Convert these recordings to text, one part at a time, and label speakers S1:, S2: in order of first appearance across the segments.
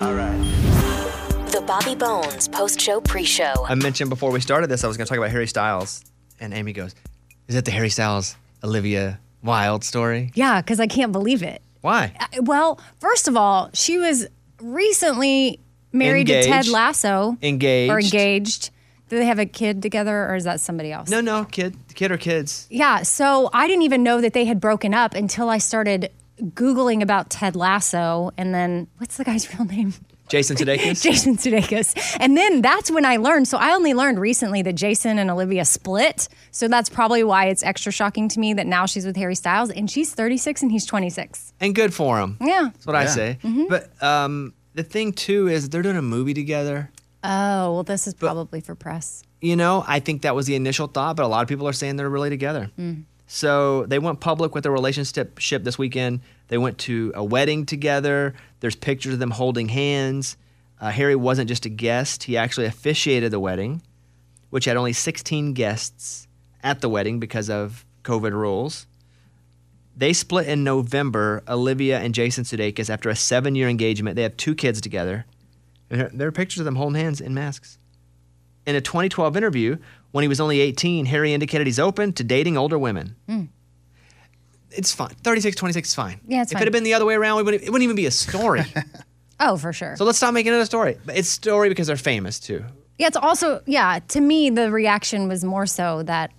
S1: All right.
S2: The Bobby Bones post show pre show.
S1: I mentioned before we started this, I was going to talk about Harry Styles, and Amy goes, "Is that the Harry Styles Olivia Wilde story?
S3: Yeah, because I can't believe it.
S1: Why?"
S3: I- Well, first of all, she was recently married to Ted
S1: Engaged.
S3: Lasso.
S1: Engaged.
S3: Or engaged. Do they have a kid together or is that somebody else?
S1: No, no, kid, kid or kids.
S3: Yeah, so I didn't even know that they had broken up until I started Googling about Ted Lasso and then what's the guy's real name?
S1: Jason Sudeikis.
S3: Jason Sudeikis. And then that's when I learned. So I only learned recently that Jason and Olivia split. So that's probably why it's extra shocking to me that now she's with Harry Styles and she's 36 and he's 26.
S1: and good for him.
S3: Yeah.
S1: That's what I
S4: Yeah.
S1: say. But um, the thing too is they're doing a movie together.
S3: Oh, well, this is probably for press.
S1: You know, I think that was the initial thought, but a lot of people are saying they're really together. So they went public with their relationship ship this weekend. They went to a wedding together. There's pictures of them holding hands. Uh, Harry wasn't just a guest; he actually officiated the wedding, which had only 16 guests at the wedding because of COVID rules. They split in November. Olivia and Jason Sudeikis, after a seven-year engagement, they have two kids together. And there- there are pictures of them holding hands in masks. In a 2012 interview, when he was only 18, Harry indicated he's open to dating older women. It's fine. 36, 26 is fine.
S3: Hmm. Yeah, it's
S1: if
S3: fine.
S1: it had been the other way around, we wouldn't, it wouldn't even be a story.
S3: Oh, for sure.
S1: so let's stop making it a story. But it's story because they're famous too.
S3: yeah, it's also, yeah, to me, the reaction was more so that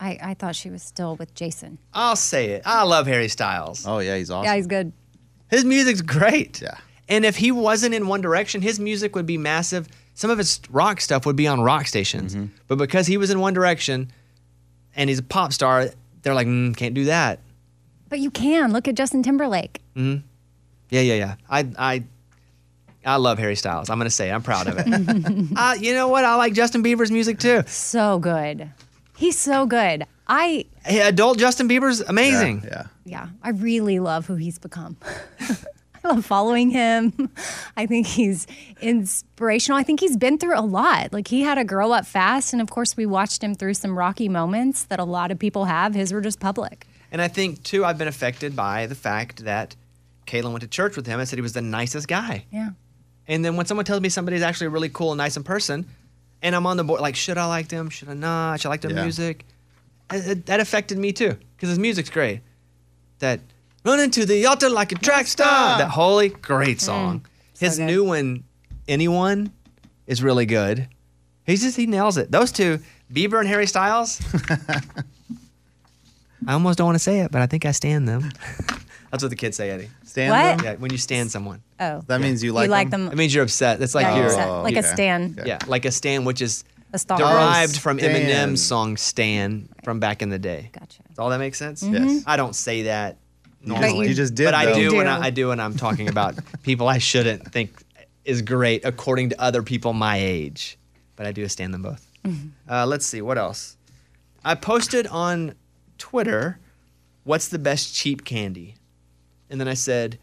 S3: I, I thought she was still with Jason.
S1: I'll say it. I love Harry Styles.
S4: Oh yeah, he's awesome.
S3: Yeah, he's good.
S1: His music's great.
S4: Yeah.
S1: And if he wasn't in One Direction, his music would be massive. Some of his rock stuff would be on rock stations.
S4: Mm-hmm.
S1: But because he was in One Direction and he's a pop star, they're like, mm, can't do that.
S3: But you can look at Justin Timberlake.
S1: Yeah, yeah, yeah. I, I, I love Harry Styles. I'm gonna say it. I'm proud of it. uh, you know what? I like Justin Bieber's music too.
S3: So good. He's so good. I,
S1: Hey, adult Justin Bieber's
S4: Yeah,
S1: amazing.
S4: Yeah.
S3: yeah, I really love who he's become. I love following him. I think he's inspirational. I think he's been through a lot. Like he had to grow up fast. And of course, we watched him through some rocky moments that a lot of people have. His were just public.
S1: And I think too, I've been affected by the fact that Kaylin went to church with him and said he was the nicest guy.
S3: Yeah.
S1: And then when someone tells me somebody's actually really cool and nice in person, and I'm on the board, like, should I like them? Should I not? Should I like their
S4: Yeah.
S1: music? It- it- that affected me too, because his music's great. That run into the altar like a track star. That holy
S3: Mm,
S1: great song. his new one, anyone, is really good. He's just he nails it. Those two, Bieber and Harry Styles. I almost don't want to say it, but I think I stand them. That's what the kids say, Eddie.
S4: Stand
S3: What?
S4: them?
S1: Yeah, when you stand someone.
S3: Oh.
S4: That means you like
S3: you like
S4: them.
S3: them.
S1: It means you're upset. That's like
S3: Yeah, you're
S1: you're
S3: upset. like a
S4: okay.
S3: stan.
S4: Okay.
S1: yeah, like a stan, which is
S3: A stalker.
S1: derived
S4: Oh,
S1: from
S4: stan.
S1: Eminem's song "Stan" from back in the day.
S3: Gotcha.
S1: Does all that make sense?
S4: Yes.
S1: I don't say that
S4: just-
S1: normally.
S4: you just did,
S1: but I
S4: though.
S1: do
S3: You
S1: when
S3: do.
S1: I, I do when I'm talking about people I shouldn't think is great according to other people my age. But I do stand them both. Uh, let's see what else. I posted on Twitter, "What's the best cheap candy?" And then I said,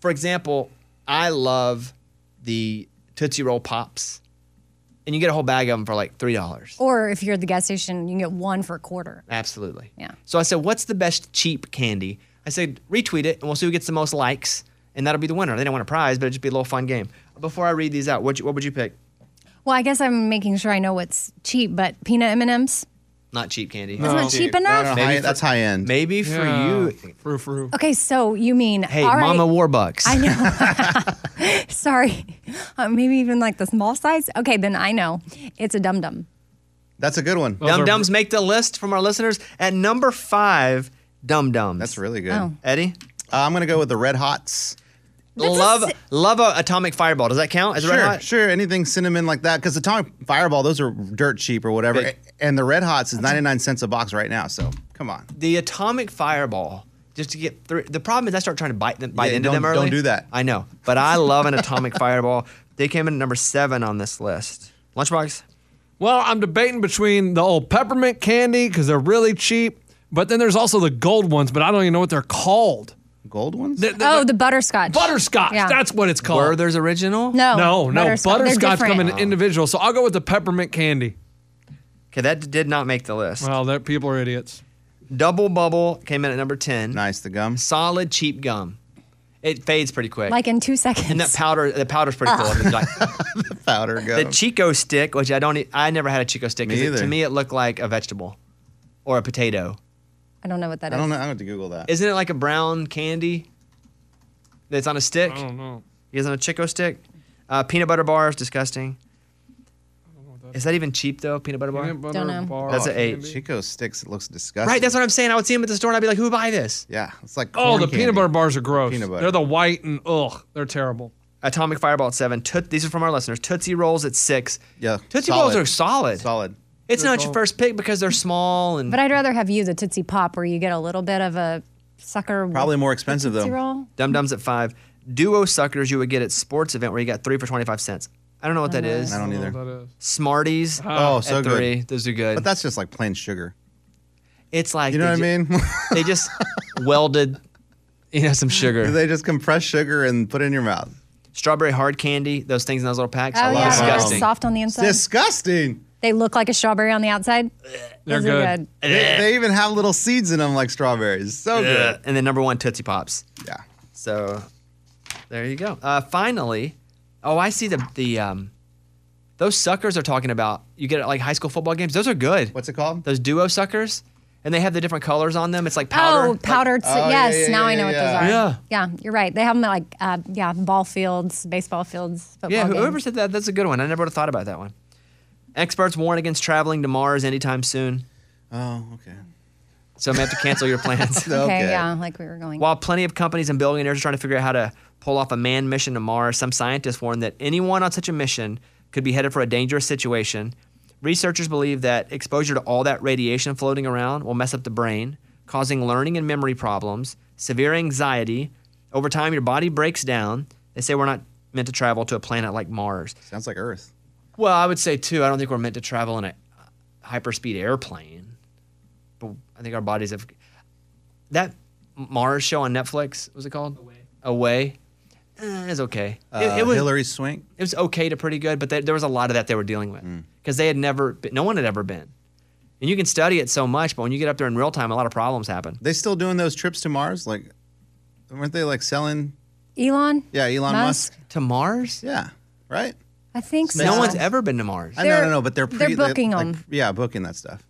S1: for example, I love the Tootsie Roll Pops, and you get a whole bag of them for like three dollars.
S3: Or if you're at the gas station, you can get one for a quarter.
S1: Absolutely.
S3: Yeah.
S1: So I said, what's the best cheap candy? I said, retweet it, and we'll see who gets the most likes, and that'll be the winner. They don't want a prize, but it'll just be a little fun game. Before I read these out, what what would you pick?
S3: Well, I guess I'm making sure I know what's cheap, but peanut M&Ms,
S1: Not cheap candy.
S3: isn't that cheap enough?
S4: No, no, high, that's high end.
S1: Maybe for you.
S5: Frou frou.
S3: Okay, so you mean
S1: Hey,
S3: all right,
S1: Mama Warbucks.
S3: I know. Sorry, uh, maybe even like the small size. Okay, then I know it's a dum dum.
S4: That's a good one.
S1: Dum Dums make the list from our listeners. At number five, Dum Dums.
S4: That's really good.
S3: Oh.
S1: Eddie?
S4: Uh, I'm gonna go with the Red Hots.
S3: That's a
S1: love
S3: si-
S1: love a atomic fireball. Does that count? Is it
S4: Sure,
S1: red hot?
S4: sure. Anything cinnamon like that, because the Atomic Fireball, those are dirt cheap or whatever.
S1: Big.
S4: And the Red Hots is 99 cents a box right now. So come on.
S1: the atomic fireball just to get through the problem is i start trying to bite them bite
S4: Yeah,
S1: into them
S4: don't-
S1: early
S4: don't do that.
S1: i know but i love an atomic fireball they came in at number seven on this list lunchbox
S5: Well, I'm debating between the old peppermint candy because they're really cheap, but then there's also the gold ones, but I don't even know what they're called.
S4: Gold ones?
S5: They're- they're-
S3: Oh, the butterscotch.
S5: butterscotch.
S3: Yeah.
S5: That's what it's called.
S1: werther's original
S3: no,
S5: no, no, butterscotch,
S3: They're
S5: come in
S3: different.
S5: individual. So I'll go with the peppermint candy.
S1: okay that did not make the list
S5: Well, that people are idiots.
S1: double bubble came in at number 10
S4: nice, the gum.
S1: solid cheap gum It fades pretty quick.
S3: Like Ah. in two seconds.
S1: and that powder, the powder's pretty cool. I mean, like,
S4: powder
S1: the
S4: gum.
S1: Chico stick, which I don't, e- I never had a Chico stick. 'cause
S4: Me
S1: it- to
S4: either.
S1: me, it looked like a vegetable or a potato.
S3: I don't know what that is.
S4: I don't know. I have to Google that.
S1: Isn't it like a brown candy that's on a stick? I don't
S5: know.
S1: Is on a Chico stick? Uh, peanut butter bars, disgusting. Is that even cheap though? Peanut butter bar.
S5: Peanut butter
S3: Don't know.
S5: bar
S1: That's an eight.
S5: candy.
S4: Chico sticks. It looks disgusting.
S1: Right, that's what I'm saying. I would see them at the store and I'd be like, "Who would buy this?"
S4: yeah, it's like
S5: Oh,
S4: corn
S5: the
S4: candy.
S5: peanut butter bars are gross.
S4: Peanut butter.
S5: They're the white and ugh, they're terrible.
S1: Atomic Fireball at seven. Toot- these are from our listeners. Tootsie Rolls at six.
S4: Yeah,
S1: Tootsie
S4: solid.
S1: Rolls are solid.
S4: Solid.
S1: It's not your first pick because they're small and
S3: But I'd rather have you the Tootsie Pop where you get a little bit of a sucker. with
S4: Probably more expensive
S3: Tootsie
S4: though.
S3: Roll. Oh,
S1: Dum Dums at five. Duo suckers you would get at sports event where you got three for twenty five cents. I don't know what that is.
S4: I don't
S5: I don't
S4: either.
S5: know what that is.
S1: Smarties.
S4: Oh, so
S1: at
S4: good.
S1: three. Those are good.
S4: But that's just like plain sugar.
S1: it's like
S4: You know
S1: they
S4: what I
S1: ju-
S4: mean?
S1: They just welded, you know, some sugar.
S4: they just compress sugar and put it in your mouth.
S1: Strawberry hard candy. Those things in those little packs.
S3: Oh, yeah. They're all
S1: disgusting.
S3: soft on the inside.
S4: Disgusting.
S3: They look like a strawberry on the outside.
S5: They're
S3: Those are
S5: good.
S4: They, they even have little seeds in them like strawberries. So
S1: Ugh.
S4: good.
S1: And then number one, Tootsie Pops.
S4: Yeah.
S1: So there you go. Uh, finally, oh, I see the the um, those suckers are talking about. You get at like high school football games. Those are good.
S4: What's it called?
S1: Those duo suckers, and they have the different colors on them. It's like powder.
S3: Oh, powdered. so-
S4: Oh, yeah,
S3: yes,
S4: yeah, yeah,
S3: now I know what those
S4: yeah.
S3: are.
S1: Yeah.
S3: Yeah, you're right. They have them at like, uh, yeah, ball fields, baseball fields, football
S1: Yeah, whoever
S3: games.
S1: said that, that's a good one. I never would have thought about that one. Experts warn against traveling to Mars anytime soon,
S4: Oh, okay.
S1: so I may have to cancel your plans.
S3: Okay,
S4: Okay.
S3: yeah, like we were going.
S1: While plenty of companies and billionaires are trying to figure out how to pull off a manned mission to Mars, some scientists warn that anyone on such a mission could be headed for a dangerous situation. Researchers believe that exposure to all that radiation floating around will mess up the brain, causing learning and memory problems, severe anxiety. Over time, your body breaks down. They say we're not meant to travel to a planet like Mars.
S4: Sounds like Earth.
S1: Well, I would say too. I don't think we're meant to travel in a hyperspeed airplane, but I think our bodies have. That Mars show on Netflix what was it called? Away. Away. Eh, it was okay. It-
S4: Uh,
S1: it, was
S4: Hillary Swank.
S1: it was okay to pretty good, but there, there was a lot of that they were dealing with
S4: Mm.
S1: because they had never, been, no one had ever been, and you can study it so much, but when you get up there in real time, a lot of problems happen.
S4: They still doing those trips to Mars? Like, weren't they like selling?
S3: Elon?
S4: Yeah, Elon Musk.
S1: To Mars?
S4: Yeah, right.
S3: I think so.
S1: No one's ever been to Mars.
S4: I know,
S3: They're-
S4: no, no, but they're
S3: they're
S4: pre-
S3: booking
S4: like,
S3: them.
S4: Yeah, booking that stuff.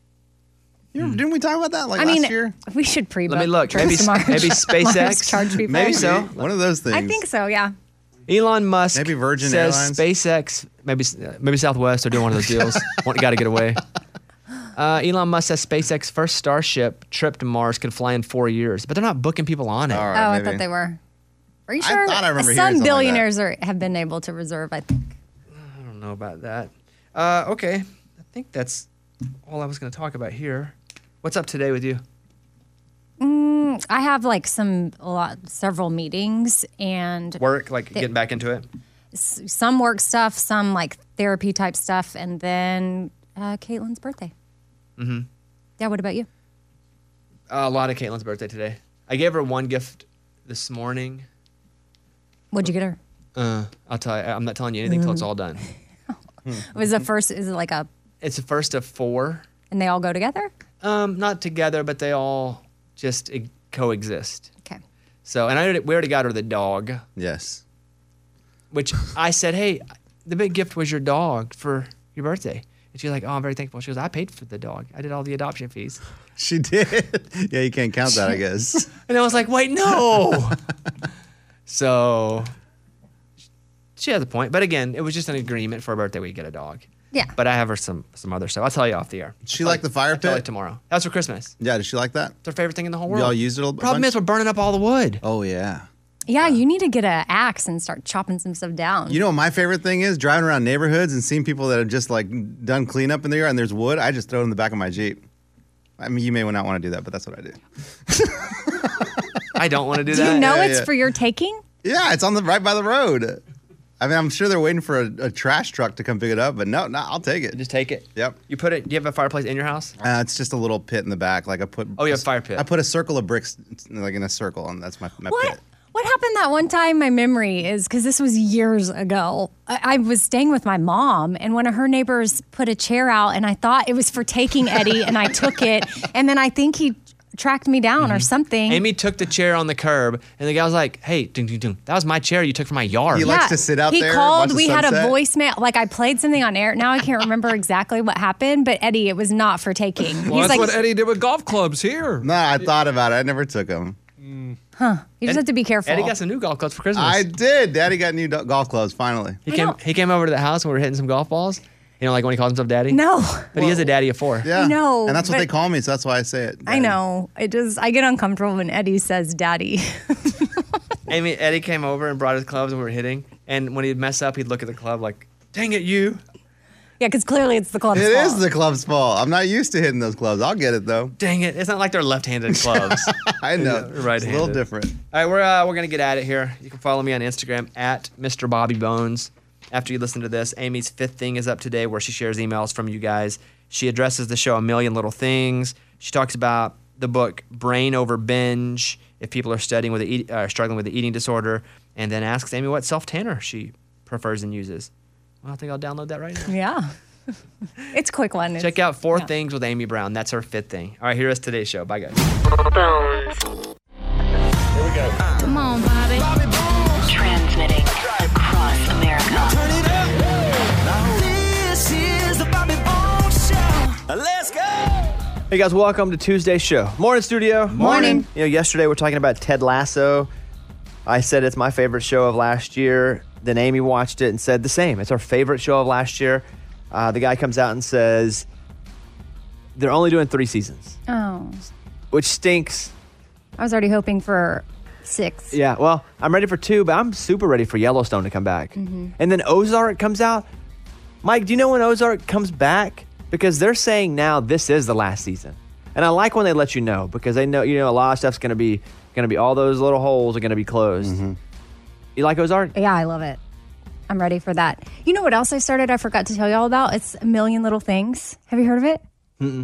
S4: You remember- didn't we talk about that like
S3: I mean,
S4: last year?
S3: we should pre
S1: Let me look. Maybe, maybe SpaceX.
S3: charge people.
S1: Maybe so.
S4: One of those things.
S3: I think so, yeah. Oh,
S1: Elon Musk
S4: Maybe Virgin
S1: says
S4: Airlines.
S1: SpaceX, maybe maybe Southwest are doing one of those deals. Got to get away. Uh, Elon Musk says SpaceX first Starship trip to Mars could fly in four years, but they're not booking people on it.
S4: All
S3: Oh,
S4: right,
S3: I
S4: maybe.
S3: thought they were. Are you
S4: I
S3: sure?
S4: thought I remember hearing something
S3: Some
S4: like
S3: billionaires are, have been able to reserve, I think.
S1: I don't know about that. Uh, okay, I think that's all I was going to talk about here. What's up today with you?
S3: I have like some a lot several meetings and
S1: Work, like getting back into it.
S3: some work stuff, some like therapy type stuff, and then uh, Caitlin's birthday. Mm-hmm. Yeah. What about you?
S1: Uh, a lot of Caitlin's birthday today. I gave her one gift this morning.
S3: What'd you get her?
S1: Uh, I'll tell you. I'm not telling you anything till it's all done.
S3: It was the first. Is it like a?
S1: It's the first of four.
S3: And they all go together.
S1: Um, not together, but they all just e- coexist.
S3: Okay.
S1: So, and I already, we already got her the dog,
S4: Yes.
S1: which I said, "Hey, the big gift was your dog for your birthday." And she's like, "Oh, I'm very thankful." She goes, "I paid for the dog. I did all the adoption fees."
S4: She did. yeah, you can't count that, I guess.
S1: And I was like, "Wait, no." so she has a point, but again, it was just an agreement for a birthday we get a dog.
S3: Yeah.
S1: But I have her some some other stuff. I'll tell you off the air.
S4: She liked the fire
S1: Tell you
S4: pit.
S1: tomorrow. That's for Christmas.
S4: Yeah, did she like that?
S1: It's her favorite thing in the whole world.
S4: Y'all used it a
S1: Problem
S4: bunch?
S1: is, we're burning up all the wood.
S4: Oh yeah.
S3: Yeah, You need to get an axe and start chopping some stuff down.
S4: You know what my favorite thing is driving around neighborhoods and seeing people that have just like done cleanup in the yard and there's wood. I just throw it in the back of my jeep. I mean, you may not want to do that, but that's what I do.
S1: I don't want to do
S3: Do
S1: that.
S3: you know
S4: yeah,
S3: it's
S4: yeah.
S3: for your taking?
S4: Yeah, it's on the right by the road. I mean, I'm sure they're waiting for a, a trash truck to come pick it up, but no, no, I'll take it.
S1: Just take it.
S4: Yep.
S1: You put it. Do you have a fireplace in your house?
S4: Uh, it's just a little pit in the back. Like I put.
S1: Oh, you have a fire pit.
S4: I put a circle of bricks like in a circle, and that's my, my
S3: What?
S4: pit.
S3: What happened that one time? My memory is because this was years ago. I, I was staying with my mom, and one of her neighbors put a chair out, and I thought it was for taking Eddie, and I took it, and then I think he tracked me down or something.
S1: Amy took the chair on the curb, and the guy was like, "Hey, ding, ding, ding. That was my chair you took from my yard."
S4: He likes to sit out
S3: he
S4: there, watch
S3: called.
S4: the
S3: We had a
S4: sunset.
S3: voicemail. Like I played something on air. Now I can't remember exactly what happened, but Eddie, it was not for taking.
S6: Well,
S3: He's
S6: that's
S3: like,
S6: what Eddie did with golf clubs here.
S4: No, I thought about it. I never took them.
S3: you just have to be careful.
S1: Eddie got some new golf clubs for Christmas.
S4: I did. Daddy got new do- golf clubs finally.
S1: he
S3: I
S1: came.
S3: don't-
S1: He came over to the house and we were hitting some golf balls. You know, like when he calls himself daddy.
S3: no,
S1: but he is a daddy of four.
S4: Yeah,
S3: know,
S4: And that's what
S3: but-
S4: they call me, so that's why I say it.
S3: I know. It just I get uncomfortable when Eddie says "daddy."
S1: Amy, Eddie came over and brought his clubs and we were hitting. And when he'd mess up, he'd look at the club like, "Dang it, you!"
S3: yeah, because clearly it's the club's
S4: It is
S3: fault.
S4: the club's fault. I'm not used to hitting those clubs. I'll get it though.
S1: Dang it! It's not like they're left-handed clubs.
S4: I know. It's a
S1: Right-handed.
S4: little different.
S1: All right, we're uh, we're gonna get at it here. You can follow me on Instagram at Mr. Bobby Bones. After you listen to this, Amy's fifth thing is up today, where she shares emails from you guys. She addresses the show a million little things. She talks about the book Brain Over Binge if people are studying with the eat, uh, struggling with the eating disorder, and then asks Amy what self tanner she prefers and uses. Well, I think I'll download that right now.
S3: yeah, it's a quick one.
S1: Check out Four Things with Amy Brown. That's her fifth thing. All right, here is today's show. Bye, guys.
S7: Bones.
S8: Come on, Bobby.
S7: Transmitting across America.
S9: This is the Bobby Bones Show. Let's go.
S1: Hey guys, welcome to Tuesday's show. Morning, studio.
S3: Morning.
S1: You know, yesterday we are talking about Ted Lasso. I said it's my favorite show of last year. Then Amy watched it and said the same. It's our favorite show of last year. Uh, the guy comes out and says they're only doing three seasons,
S3: Oh,
S1: which stinks.
S3: I was already hoping for six.
S1: Yeah, well, I'm ready for two, but I'm super ready for Yellowstone to come back.
S3: Mm-hmm.
S1: And then Ozark comes out. Mike, do you know when Ozark comes back? Because they're saying now this is the last season. And I like when they let you know because they know you know a lot of stuff's gonna be gonna be all those little holes are gonna be closed. You like Ozark?
S3: Yeah, I love it. I'm ready for that. You know what else I started? I forgot to tell y'all about. It's a million little things. Have you heard of it?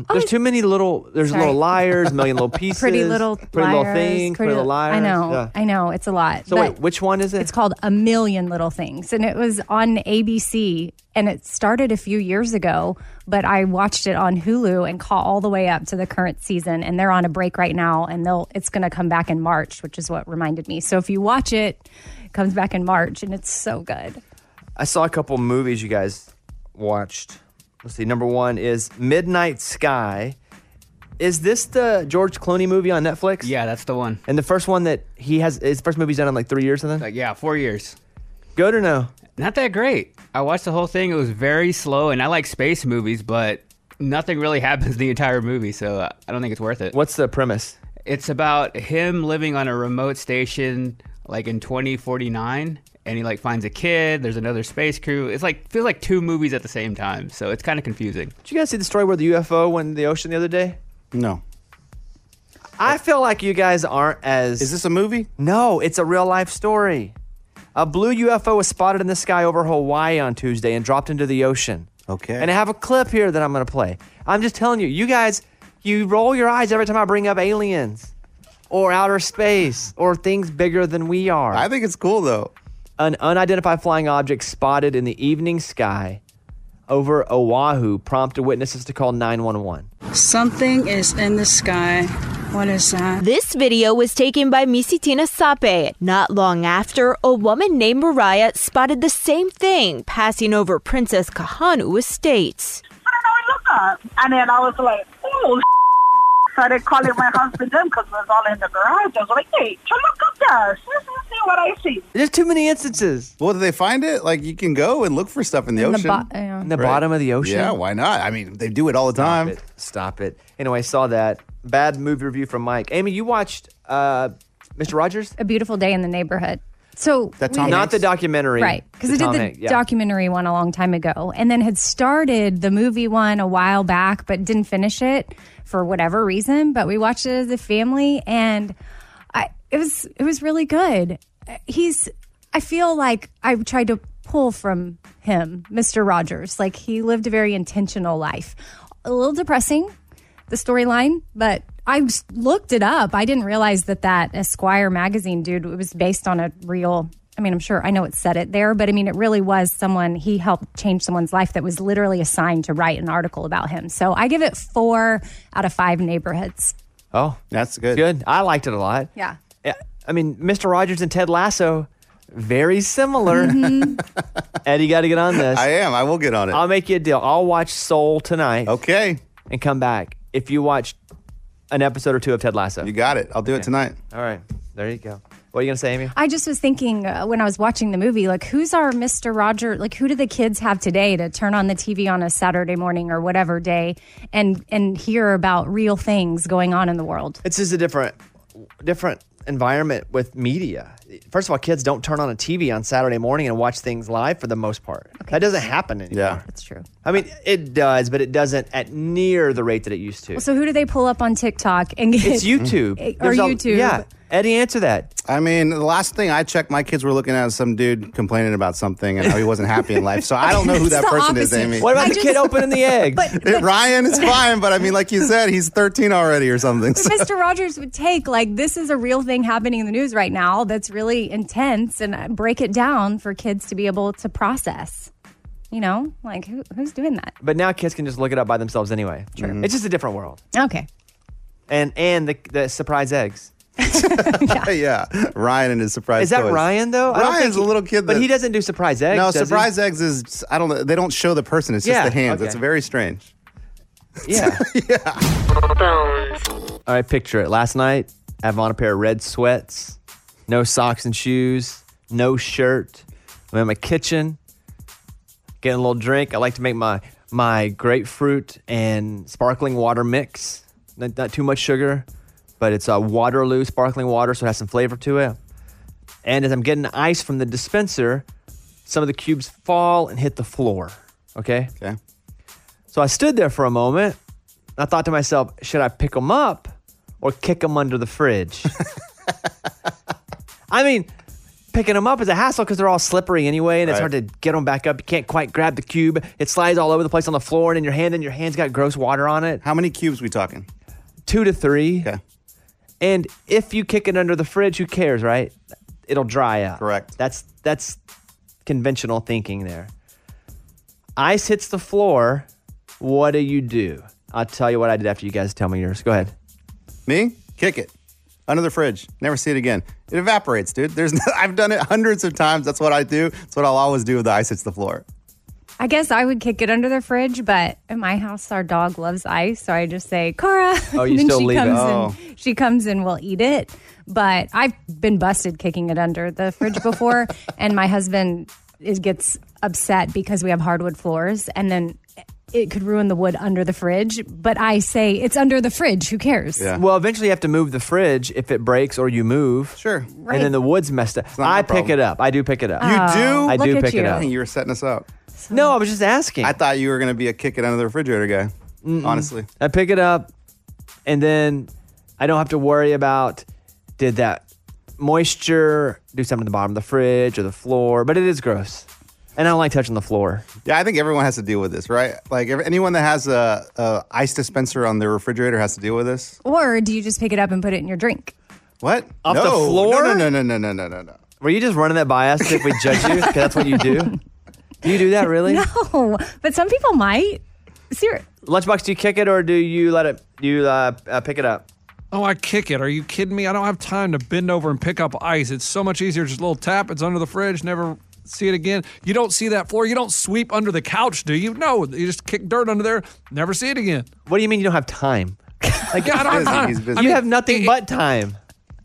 S1: there's too many little there's
S3: Sorry.
S1: little liars, million little pieces,
S3: Pretty little
S1: pretty little
S3: Liars,
S1: things, pretty, little liars.
S3: I know.
S1: Yeah.
S3: I know. It's a lot.
S1: So
S3: but
S1: wait, which one is it?
S3: it's called A Million Little Things, and it was on ABC, and it started a few years ago. But I watched it on Hulu and caught all the way up to the current season, and they're on a break right now, and they'll it's going to come back in March, which is what reminded me. So if you watch it, it comes back in March, and it's so good.
S1: I saw a couple movies you guys watched. Let's see. Number one is Midnight Sky. Is this the George Clooney movie on Netflix?
S10: Yeah, that's the one.
S1: And the first one that he has, his first movie's done in like three years or something?
S10: Like, yeah, four years.
S1: Good or no?
S10: Not that great. I watched the whole thing. It was very slow, and I like space movies, but nothing really happens the entire movie, so uh, I don't think it's worth it.
S1: What's the premise?
S10: It's about him living on a remote station, like in 2049, and he like finds a kid. There's another space crew. It's like feels like two movies at the same time, so it's kind of confusing.
S1: Did you guys see the story where the UFO went in the ocean the other day?
S4: No.
S1: I feel like you guys aren't as.
S4: Is this a movie?
S1: No, it's a real life story. A blue UFO was spotted in the sky over Hawaii on Tuesday and dropped into the ocean.
S4: Okay.
S1: And I have a clip here that I'm going to play. I'm just telling you, you guys, you roll your eyes every time I bring up aliens or outer space or things bigger than we are.
S4: I think it's cool though.
S1: An unidentified flying object spotted in the evening sky over Oahu prompted witnesses to call 911.
S11: Something is in the sky. What is that?
S12: This video was taken by Misitina Sape. Not long after, a woman named Mariah spotted the same thing passing over Princess Kahanu Estates.
S11: I don't know what it looked like. And then I was like, oh, so they called my husband in because it was all in the garage. I was like, hey, come look up there. See, see, see what I see.
S1: There's too many instances.
S4: Well, did they find it? Like you can go and look for stuff in the
S3: In the
S4: ocean.
S3: bo- eh. yeah.
S1: In the bottom of the ocean.
S4: Yeah, why not? I mean, they do it all the time.
S1: Stop it. Stop it. Anyway, saw that. Bad movie review from Mike. Amy, you watched uh, Mr. Rogers?
S3: a beautiful day in the neighborhood. So
S4: That
S3: we-
S4: Tom
S1: Not
S4: Hanks?
S1: the documentary.
S3: right because
S1: The
S3: I did
S1: Tom
S3: the
S1: Hanks, yeah.
S3: documentary one a long time ago, and then had started the movie one a while back, but didn't finish it for whatever reason. But we watched it as a family, and I it was it was really good. Uh, He's I feel like I tried to pull from him, Mr. Rogers. Like he lived a very intentional life. A little depressing, the storyline, but I s- looked it up. I didn't realize that that Esquire magazine dude it was based on a real. I mean, I'm sure I know it said it there, but I mean, it really was someone he helped change someone's life that was literally assigned to write an article about him. So I give it four out of five neighborhoods.
S1: Oh,
S4: that's good.
S1: Good. I liked it a lot.
S3: Yeah.
S1: Yeah, I mean, Mr. Rogers and Ted Lasso, very similar. Eddie, you got to get on this. I
S4: am. I will get on it.
S1: I'll make you a deal. I'll watch Soul tonight.
S4: Okay.
S1: And come back if you watch an episode or two of Ted Lasso. You
S4: got it. I'll do it tonight.
S1: All right. There you go. What are you going to say, Amy?
S3: I just was thinking uh, when I was watching the movie, like, who's our Mr. Roger? Like, who do the kids have today to turn on the TV on a Saturday morning or whatever day and and hear about real things going on in the world?
S1: It's just a different, different environment with media. First of all, kids don't turn on a TV on Saturday morning and watch things live for the most part. That doesn't happen anymore. Yeah,
S3: that's true.
S1: I mean, it does, but it doesn't at near the rate that it used to.
S3: So who do they pull up on TikTok and get?
S1: It's
S4: Mm-hmm.
S1: YouTube.
S3: or
S1: There's a-
S3: YouTube.
S1: yeah. Eddie, answer that.
S4: I mean, the last thing I checked, my kids were looking at some dude complaining about something and how he wasn't happy in life. So I don't know who
S1: It's
S4: that
S1: the
S4: person is,
S1: opposite.
S4: Amy.
S1: What about I the kid just- opening the egg?
S4: Ryan is fine, but I mean, like you said, he's 13 already or something.
S3: But
S4: so-
S3: Mr. Rogers would take like this is a real thing happening in the news right now that's really intense and uh, break it down for kids to be able to process. You know, like who, who's doing that?
S1: But now kids can just look it up by themselves anyway. True. It's just a different world.
S3: Okay.
S1: And and the, the surprise eggs.
S4: yeah. Ryan and his surprise.
S1: Is that
S4: toys.
S1: Ryan though? I don't
S4: Ryan's
S1: think he-
S4: a little kid,
S1: but
S4: that-
S1: he doesn't do surprise eggs.
S4: no,
S1: does he?
S4: surprise eggs is I don't know. They don't show the person. It's just
S1: Yeah,
S4: the hands.
S1: okay.
S4: It's very strange.
S1: Yeah. All right, picture it. Last night, I have on a pair of red sweats, no socks and shoes, no shirt. I'm in my kitchen, getting a little drink. I like to make my my grapefruit and sparkling water mix. Not, not too much sugar, but it's a Waterloo sparkling water, so it has some flavor to it. And as I'm getting the ice from the dispenser, some of the cubes fall and hit the floor. Okay.
S4: Okay.
S1: So I stood there for a moment. I thought to myself, should I pick them up or kick them under the fridge? I mean, picking them up is a hassle because they're all slippery anyway, and it's hard
S13: Right.
S1: to get them back up. You can't quite grab the cube. It slides all over the place on the floor and in your hand, and your hand's got gross water on it.
S4: How many cubes we talking?
S1: Two to three.
S4: Okay.
S1: And if you kick it under the fridge, who cares, right? It'll dry up. Correct. That's that's conventional thinking there. Ice hits the floor. What do you do? I'll tell you what I did after you guys tell me yours. Go ahead.
S4: Me? Kick it. Under the fridge. Never see it again. It evaporates, dude. There's no, I've done it hundreds of times. That's what I do. That's what I'll always do with the ice hits the floor.
S3: I guess I would kick it under the fridge, but in my house, our dog loves ice, so I just say, "Cora."
S1: Oh, you
S3: and then
S1: still
S3: she
S1: leave it.
S3: comes
S1: Oh.
S3: and she comes and will eat it. But I've been busted kicking it under the fridge before, and my husband is, gets upset because we have hardwood floors, and then it could ruin the wood under the fridge. But I say it's under the fridge. Who cares?
S1: Well, eventually you have to move the fridge if it breaks or you move.
S4: Sure.
S1: And then the wood's messed up. I pick it up. I do pick it up.
S4: You do?
S1: I do pick it
S4: I
S1: up.
S4: think you were setting us up.
S1: No, I was just asking.
S4: I thought you were going to be a kick it under the refrigerator guy. Honestly.
S1: I pick it up, and then I don't have to worry about did that moisture do something to the bottom of the fridge or the floor, but it is gross. And I don't like touching the floor.
S4: Yeah, I think everyone has to deal with this, right? Like every, anyone that has a, a ice dispenser on their refrigerator has to deal with this.
S3: Or do you just pick it up and put it in your drink?
S4: What?
S1: Off the
S4: no.
S1: floor?
S4: No, no, no, no, no, no, no, no.
S1: Were you just running that by us if we judge you? 'Cause that's what you do. Do you do that really?
S3: No, Oh, but some people might. Ser-
S1: Lunchbox, do you kick it or do you let it? You uh, uh, pick it up.
S5: Oh, I kick it. Are you kidding me? I don't have time to bend over and pick up ice. It's so much easier. Just a little tap. It's under the fridge. Never see it again. You don't see that floor. You don't sweep under the couch, do you? No, you just kick dirt under there. Never see it again.
S1: What do you mean you don't have time? Like,
S5: I don't have
S1: He's busy.
S5: time.
S1: He's busy.
S5: I
S1: You
S5: mean,
S1: have nothing
S5: it-
S1: but time.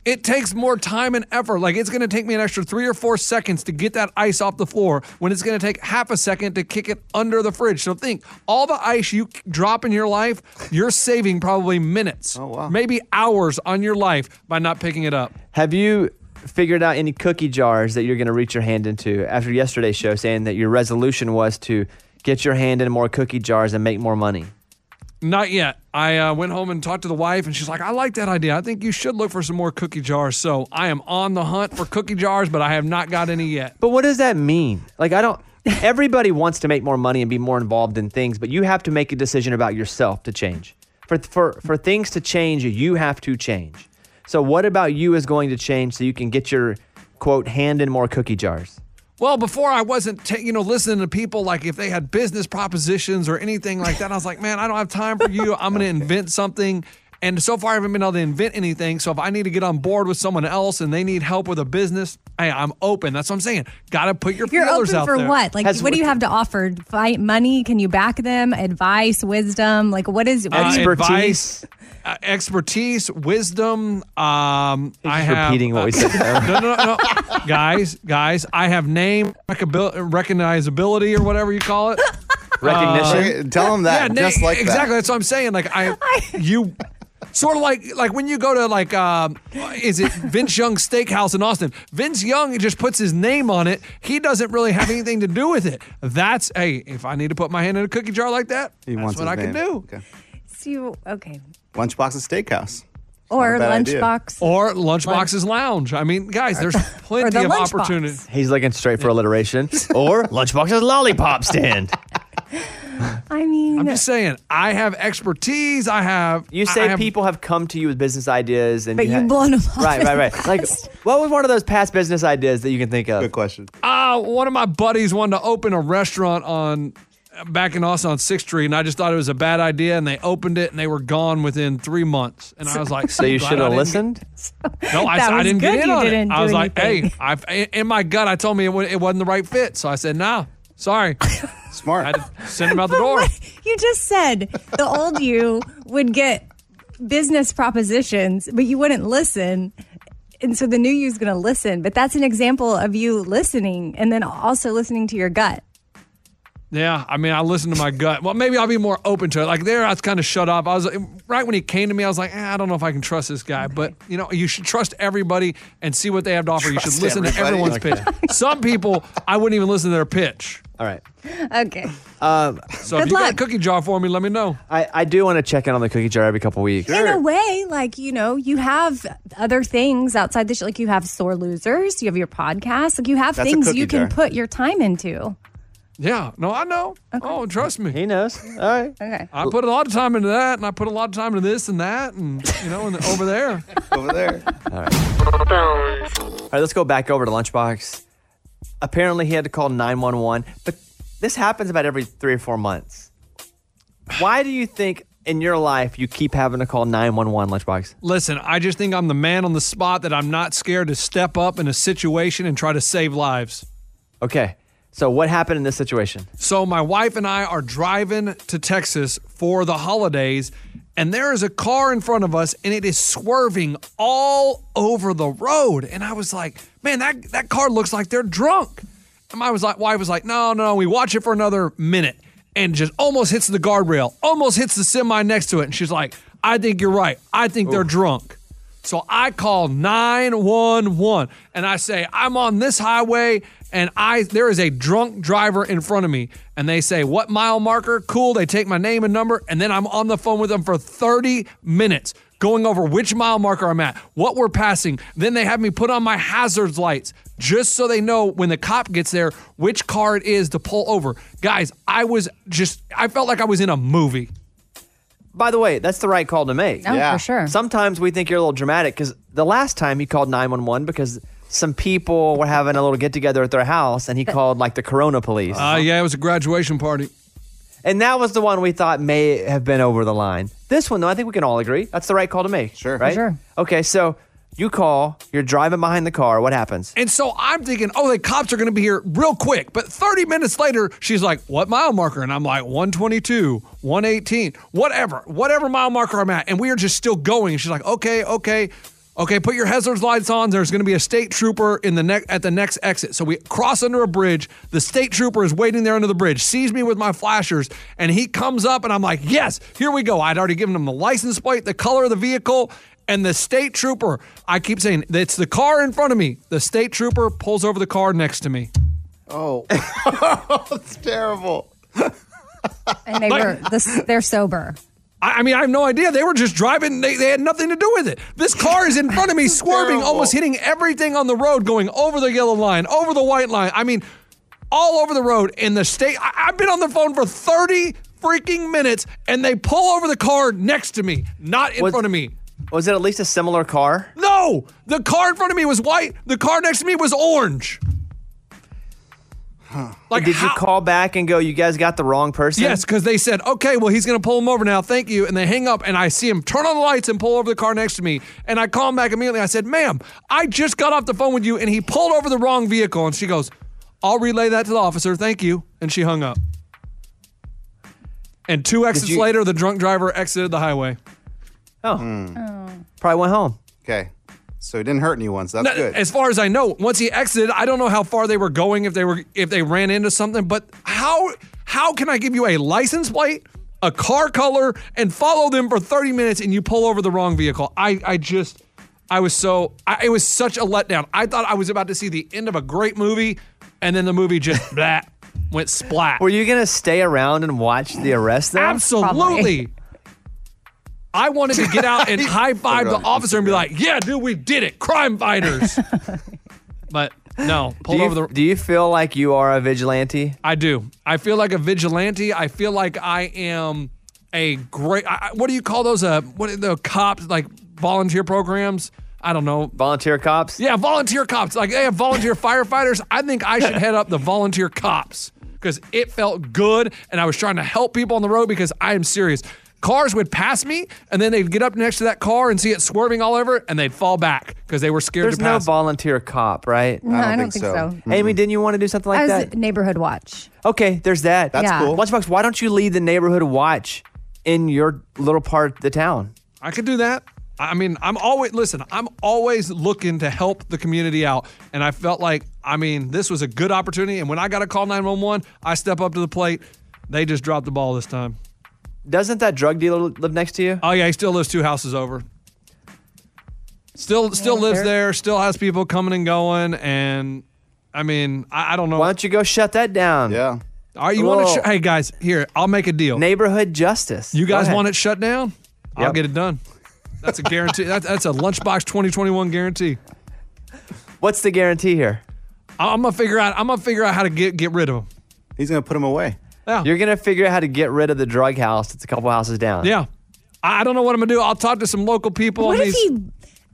S5: It takes more time and effort. Like it's going to take me an extra three or four seconds to get that ice off the floor when it's going to take half a second to kick it under the fridge. So think all the ice you k- drop in your life, you're saving probably minutes, oh, wow. maybe hours on your life by not picking it up.
S1: Have you figured out any cookie jars that you're going to reach your hand into after yesterday's show saying that your resolution was to get your hand in more cookie jars and make more money?
S5: Not yet. I uh, went home and talked to the wife, and she's like, I like that idea. I think you should look for some more cookie jars. So I am on the hunt for cookie jars, but I have not got any yet.
S1: But what does that mean? Like, I don't, everybody wants to make more money and be more involved in things, but you have to make a decision about yourself to change. For, for, for things to change, you have to change. So, what about you is going to change so you can get your quote hand in more cookie jars?
S5: Well, before I wasn't, ta- you know, listening to people like if they had business propositions or anything like that. I was like, man, I don't have time for you. I'm going to invent something. And so far, I haven't been able to invent anything. So if I need to get on board with someone else and they need help with a business, hey, I'm open. That's what I'm saying. Got to put your
S3: You're
S5: feelers
S3: open
S5: out
S3: for
S5: there.
S3: what? Like, what do you have to offer? Fight money? Can you back them? Advice, wisdom? Like, what is what
S5: Uh,
S3: do you-
S5: advice, uh, expertise, wisdom. Um, I have,
S1: repeating what we said there.
S5: no, no, no, no. guys, guys. I have name recabil- recognizability or whatever you call it. Uh,
S1: Uh,
S4: Recognition? Tell 'em that,
S5: na-
S4: just like that.
S5: exactly. That's what I'm saying. Like I, you. Sort of like like when you go to like um, is it Vince Young's Steakhouse in Austin? Vince Young just puts his name on it. He doesn't really have anything to do with it. That's hey, if I need to put my hand in a cookie jar like that,
S4: He
S5: that's
S4: wants
S5: what I
S4: his
S5: can
S4: name.
S5: do.
S3: So, okay.
S4: Lunchbox's Steakhouse.
S3: Or
S4: Not a bad idea.
S3: lunchbox.
S5: Or Lunchbox's Lounge. I mean, guys, there's plenty
S3: the
S5: of
S3: lunchbox.
S5: opportunity.
S1: He's looking straight for alliteration. or Lunchbox's lollipop stand.
S3: I mean,
S5: I'm just saying, I have expertise. I have.
S1: You
S5: I
S1: say
S5: have,
S1: people have come to you with business ideas, and
S3: But
S1: you
S3: you've
S1: ha-
S3: blown 'em off
S1: Right, right, right.
S3: in the
S1: Like, what was one of those past business ideas that you can think of?
S4: Good question.
S5: Ah, one of my buddies wanted to open a restaurant on back in Austin on Sixth Street, and I just thought it was a bad idea, and they opened it, and they were gone within three months, and I was like,
S1: So you
S5: glad
S1: should
S5: I
S1: have
S5: didn't-
S1: listened.
S5: No, I,
S3: That
S5: I
S3: was
S5: didn't
S3: good
S5: get in
S3: you
S5: on
S3: didn't
S5: it.
S3: do
S5: I was like,
S3: anything.
S5: hey, I've, in my gut, I told me it, wa- it wasn't the right fit, so I said, nah, sorry, I
S4: Smart.
S5: had to send him out the door.
S3: you just said the old you would get business propositions, but you wouldn't listen. And so the new you's going to listen. But that's an example of you listening and then also listening to your gut.
S5: Yeah, I mean, I listen to my gut. Well, maybe I'll be more open to it. Like there, I was kind of shut off. I was right when he came to me. I was like, eh, I don't know if I can trust this guy. But you know, you should trust everybody and see what they have to offer. you
S4: Trust
S5: should listen to everyone's
S4: everybody.
S5: pitch. Some people, I wouldn't even listen to their pitch.
S1: All right.
S3: Okay.
S5: So if
S3: Good
S5: you got a
S3: luck.
S5: cookie jar for me, let me know.
S1: I, I do want to check in on the cookie jar every couple weeks.
S3: In a way, like, you know, you have other things outside the show. Like, you have sore losers, you have your podcast, like, you have
S4: That's a
S3: things
S4: cookie
S3: you
S4: jar.
S3: can put your time into.
S5: Yeah, no, I know. Oh, trust me.
S1: He knows. All right.
S3: Okay.
S5: I put a lot of time into that, and I put a lot of time into this and that, and you know, and over there.
S4: Over there.
S1: All right. Let's go back over to Lunchbox. Apparently, he had to call 911, but this happens about every three or four months. Why do you think in your life you keep having to call 911 Lunchbox?
S5: Listen, I just think I'm the man on the spot that I'm not scared to step up in a situation and try to save lives.
S1: Okay. So, what happened in this situation?
S5: So my wife and I are driving to Texas for the holidays, and there is a car in front of us, and it is swerving all over the road. And I was like, "Man, that that car looks like they're drunk." And my was like, wife was like, "No, no, no." We watch it for another minute, and just almost hits the guardrail, almost hits the semi next to it. And she's like, "I think you're right. I think they're drunk." So I call 911 and I say, I'm on this highway and I there is a drunk driver in front of me. And they say, What mile marker? Cool. They take my name and number. And then I'm on the phone with them for 30 minutes going over which mile marker I'm at, what we're passing. Then they have me put on my hazards lights just so they know when the cop gets there which car it is to pull over. Guys, I was just, I felt like I was in a movie.
S1: By the way, that's the right call to make.
S3: Oh,
S4: Yeah.
S3: for sure.
S1: Sometimes we think you're a little dramatic because the last time he called 911 because some people were having a little get together at their house and he called like the Corona police.
S5: Uh, yeah, it was a graduation party.
S1: and that was the one we thought may have been over the line. This one, though, I think we can all agree that's the right call to make.
S4: Sure. For
S1: Right?
S3: sure.
S1: Okay, so you call, you're driving behind the car. What happens?
S5: And so I'm thinking, oh, the cops are going to be here real quick. But 30 minutes later, she's like, what mile marker? And I'm like, 122, 118, whatever, whatever mile marker I'm at. And we are just still going. And she's like, okay, okay. Okay, put your hazards lights on. There's going to be a state trooper in the neck at the next exit. So we cross under a bridge. The state trooper is waiting there under the bridge. Sees me with my flashers, and he comes up, and I'm like, "Yes, here we go." I'd already given him the license plate, the color of the vehicle, and the state trooper, I keep saying, it's the car in front of me. The state trooper pulls over the car next to me.
S4: Oh. That's terrible.
S3: And they were, this, they're sober.
S5: I, I mean, I have no idea. They were just driving, they, they had nothing to do with it. This car is in front of me, swerving,
S4: terrible.
S5: almost hitting everything on the road, going over the yellow line, over the white line. I mean, all over the road in the state. I, I've been on the phone for 30 freaking minutes, and they pull over the car next to me, not in
S1: Was-
S5: front of me.
S1: Was it at least a similar car?
S5: No, the car in front of me was white. The car next to me was orange. Like,
S1: did you call back and go, you guys got the wrong person?
S5: Yes, because they said, okay, well, he's going to pull him over now. Thank you. And they hang up, and I see him turn on the lights and pull over the car next to me. And I call him back immediately. I said, ma'am, I just got off the phone with you, and he pulled over the wrong vehicle. And she goes, I'll relay that to the officer. Thank you. And she hung up. And two exits
S1: you-
S5: later, the drunk driver exited the highway.
S1: Oh. Probably went home.
S4: Okay. So he didn't hurt anyone, so that's
S5: No,
S4: good.
S5: As far as I know, once he exited, I don't know how far they were going if they were if they ran into something, but how how can I give you a license plate, a car color and follow them for 30 minutes and you pull over the wrong vehicle? I I just I was so I, it was such a letdown. I thought I was about to see the end of a great movie and then the movie just blah, went splat.
S1: Were you gonna stay around and watch the arrest? Though?
S5: Absolutely. I wanted to get out and high five the officer and be like, "Yeah, dude, we did it, crime fighters." but no,
S1: Do
S5: pulled
S1: you,
S5: over the.
S1: do you feel like you are a vigilante?
S5: I do. I feel like a vigilante. I feel like I am a great. I, I- what do you call those? Uh, what are the cops like volunteer programs? I don't know.
S1: Volunteer cops.
S5: Yeah, volunteer cops. Like they have volunteer firefighters. I think I should head up the volunteer cops because it felt good, and I was trying to help people on the road because I am serious. Cars would pass me, and then they'd get up next to that car and see it swerving all over, it, and they'd fall back because they were scared
S1: There's
S5: to
S1: no
S5: pass.
S1: volunteer cop, right?
S3: No, I don't I don't think think so. so.
S1: Amy, didn't you want to do something like
S3: I was
S1: that?
S3: neighborhood watch.
S1: Okay, there's that.
S3: That's Yeah. cool.
S1: Lunchbox, why don't you lead the neighborhood watch in your little part of the town?
S5: I could do that. I mean, I'm always listen. I'm always looking to help the community out, and I felt like I mean this was a good opportunity. And when I got to call 911, I step up to the plate. They just dropped the ball this time.
S1: Doesn't that drug dealer live next to you?
S5: Oh yeah, he still lives two houses over. Still, still lives there. Still has people coming and going, and I mean, I, I don't know. Why
S1: don't you go shut that down?
S4: Yeah.
S5: Are you want
S1: Little-
S5: to? Sh- hey guys, here I'll make a deal.
S1: Neighborhood justice.
S5: You
S1: Go
S5: guys
S1: ahead.
S5: want it shut down? I'll
S1: Yep.
S5: get it done. That's a guarantee. that, that's a lunchbox 2021 guarantee.
S1: What's the guarantee here?
S5: I'm gonna figure out. I'm gonna figure out how to get get rid of him.
S4: He's gonna put him away.
S1: You're gonna figure out how to get rid of the drug house. It's a couple houses down.
S5: Yeah. I I don't know what I'm gonna do. I'll talk to some local people.
S3: What
S5: and
S3: if
S5: these-
S3: he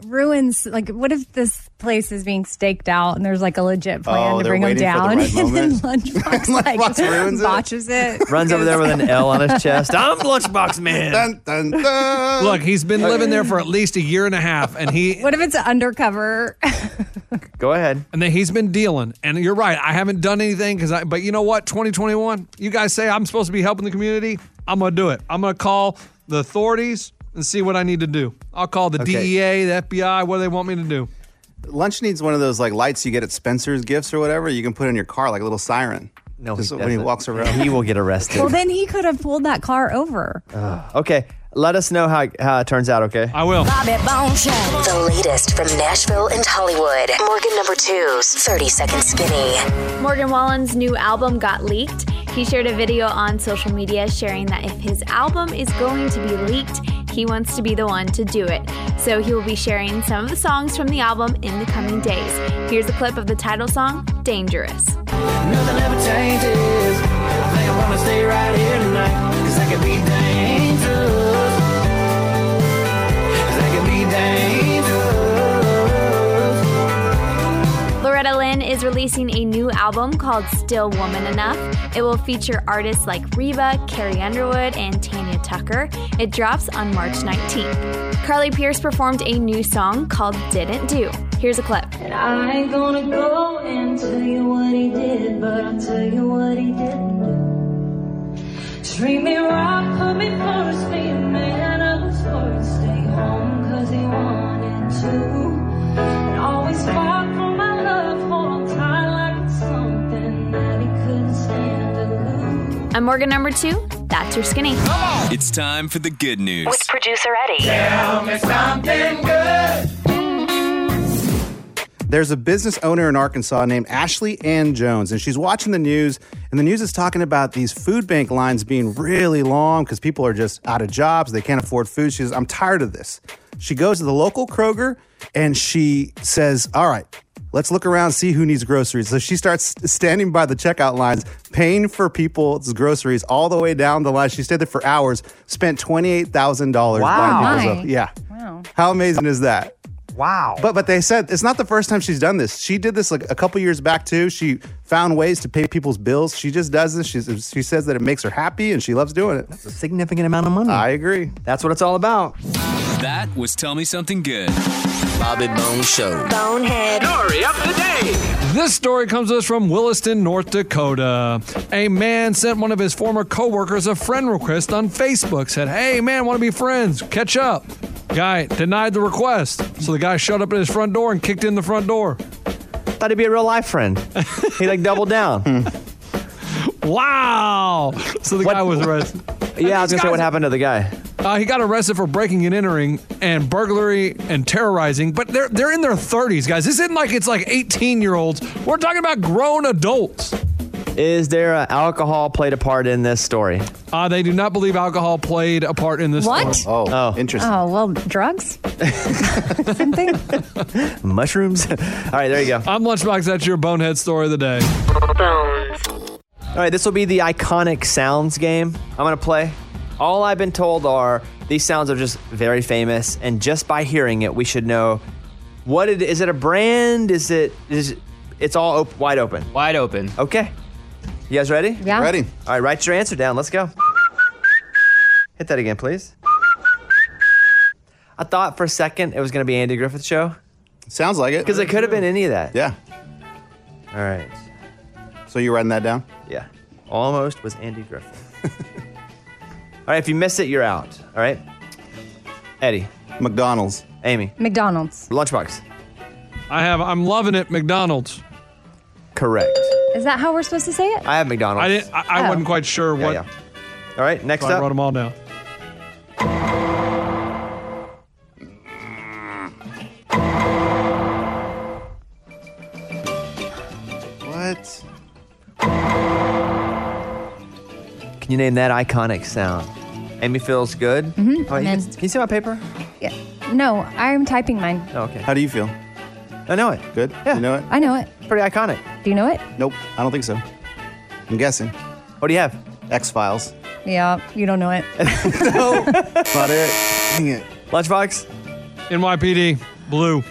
S3: ruins? Like, what if this place is being staked out and there's like a legit plan
S1: Oh,
S3: to
S1: they're
S3: bring him
S1: waiting for the
S3: down,
S1: right
S3: and then
S1: moment.
S3: Lunchbox like
S1: ruins it.
S3: botches it.
S1: Runs over there with an L on his chest. I'm Lunchbox Man.
S4: Dun, dun, dun.
S5: Look, he's been living there for at least a year and a half, and he
S3: What if it's an undercover?
S1: Go ahead.
S5: And then he's been dealing. And you're right. I haven't done anything because I, but you know what? 2021, you guys say I'm supposed to be helping the community. I'm going to do it. I'm going to call the authorities and see what I need to do. I'll call the
S4: Okay.
S5: DEA, the FBI, what do they want me to do?
S4: Lunch needs one of those like lights you get at Spencer's Gifts or whatever. You can put in your car like a little siren. No, Just when he
S1: doesn't.
S4: walks around,
S1: He will get arrested.
S3: well, then he could have pulled that car over.
S1: Ugh. okay, let us know how, how it turns out, okay?
S5: I will.
S2: Bobby Bones Show. The latest from Nashville and Hollywood. Morgan number two's 30 Second Skinny.
S13: Morgan Wallen's new album got leaked. He shared a video on social media sharing that if his album is going to be leaked, he wants to be the one to do it. So he will be sharing some of the songs from the album in the coming days. Here's a clip of the title song, Dangerous.
S11: Nothing ever changes. I think I'm gonna stay right here tonight. Cause I can be dangerous. Cause I can be dangerous.
S13: Loretta Lynn is releasing a new album called Still Woman Enough. It will feature artists like Reba, Carrie Underwood, and Tanya Tucker. It drops on March 19th. Carly Pierce performed a new song called Didn't Do. Here's a clip.
S14: I ain't gonna go and tell you what he did, but I'll tell you what he did. Treat me right, put me first, be a man of his word. Stay home cause he wanted to. And always fight for my love, hold on tight like it's something that he couldn't stand to lose.
S13: I'm Morgan number two. That's your skinny.
S1: Oh,
S15: It's time for the good news.
S13: With producer Eddie.
S11: Tell me something good.
S4: There's a business owner in Arkansas named Ashley Ann Jones, and she's watching the news, and the news is talking about these food bank lines being really long because people are just out of jobs. They can't afford food. She says, I'm tired of this. She goes to the local Kroger and she says, All right, let's look around, see who needs groceries. So she starts standing by the checkout lines, paying for people's groceries all the way down the line. She stayed there for hours, spent $28,000 buying
S1: Wow.
S4: people's
S1: My.
S4: up. Yeah. How amazing is that?
S5: Wow.
S4: But but they said it's not the first time she's done this. She did this like a couple years back too. She found ways to pay people's bills. She just does this. She she says that it makes her happy and she loves doing it. That's a
S16: significant amount of money.
S1: Uh,
S4: I agree.
S16: Hmm. That's what it's all about.
S15: That was Tell Me Something Good.
S11: Bobby Bone Show.
S2: Bonehead.
S11: Story of the day.
S5: This story comes to us from Williston, North Dakota. A man sent one of his former coworkers a friend request on Facebook. Said, "Hey man, want to be friends? Catch up." Guy denied the request, so the guy showed up at his front door and kicked in the front door.
S1: Thought he'd be a real life friend. He like doubled down.
S5: wow. So the guy was arrested.
S1: Yeah, I was gonna say what happened to the guy.
S5: Uh, he got arrested for breaking and entering and burglary and terrorizing, but they're they're in their 30s, guys. This isn't like it's like 18 year olds. We're talking about grown adults.
S1: Is there uh, alcohol played a part in this story?
S5: Uh, they do not believe alcohol played a part in this
S3: What?
S5: story.
S1: Oh, interesting.
S3: Oh, well, drugs? Same thing.
S1: Mushrooms. all right, there you go.
S5: I'm Lunchbox. That's your bonehead story of the day.
S1: All right, this will be the iconic sounds game I'm going to play. All I've been told are these sounds are just very famous, and just by hearing it, we should know what it is. It a brand? Is it is it- it's all op- wide open?
S17: Wide open.
S1: Okay, you guys ready?
S3: Yeah. Ready.
S1: All right, write your answer down. Let's go. Hit that again, please. I thought for a second it was going to be Andy Griffith show.
S4: Sounds like it.
S1: Because it could have been any of that.
S4: Yeah.
S1: All right.
S4: So you writing that down?
S1: Yeah. Almost was Andy Griffith. All right, if you miss it, you're out. All right. Eddie.
S4: McDonald's.
S1: Amy.
S3: McDonald's.
S1: Lunchbox.
S5: I have. I'm loving it. McDonald's.
S1: Correct.
S3: Is that how we're supposed to say it?
S1: I have McDonald's.
S5: I didn't. I, I
S3: Oh.
S5: wasn't quite sure
S1: Yeah,
S5: what.
S1: yeah. All right. Next
S5: so I
S1: up.
S5: wrote them all down.
S4: What?
S1: Can you name that iconic sound? Amy feels good. Mm-hmm. Oh, you can, can you see my paper?
S3: Yeah. No, I'm typing mine.
S1: Oh, okay.
S4: How do you feel?
S1: I know it.
S4: Good. Yeah. You know it?
S3: I know it.
S1: Pretty iconic.
S3: Do you know it?
S4: Nope. I don't think so. I'm guessing.
S1: What do you have?
S4: X Files.
S3: Yeah, you don't know it.
S4: Not it. Dang it.
S1: Lunchbox.
S5: NYPD. Blue.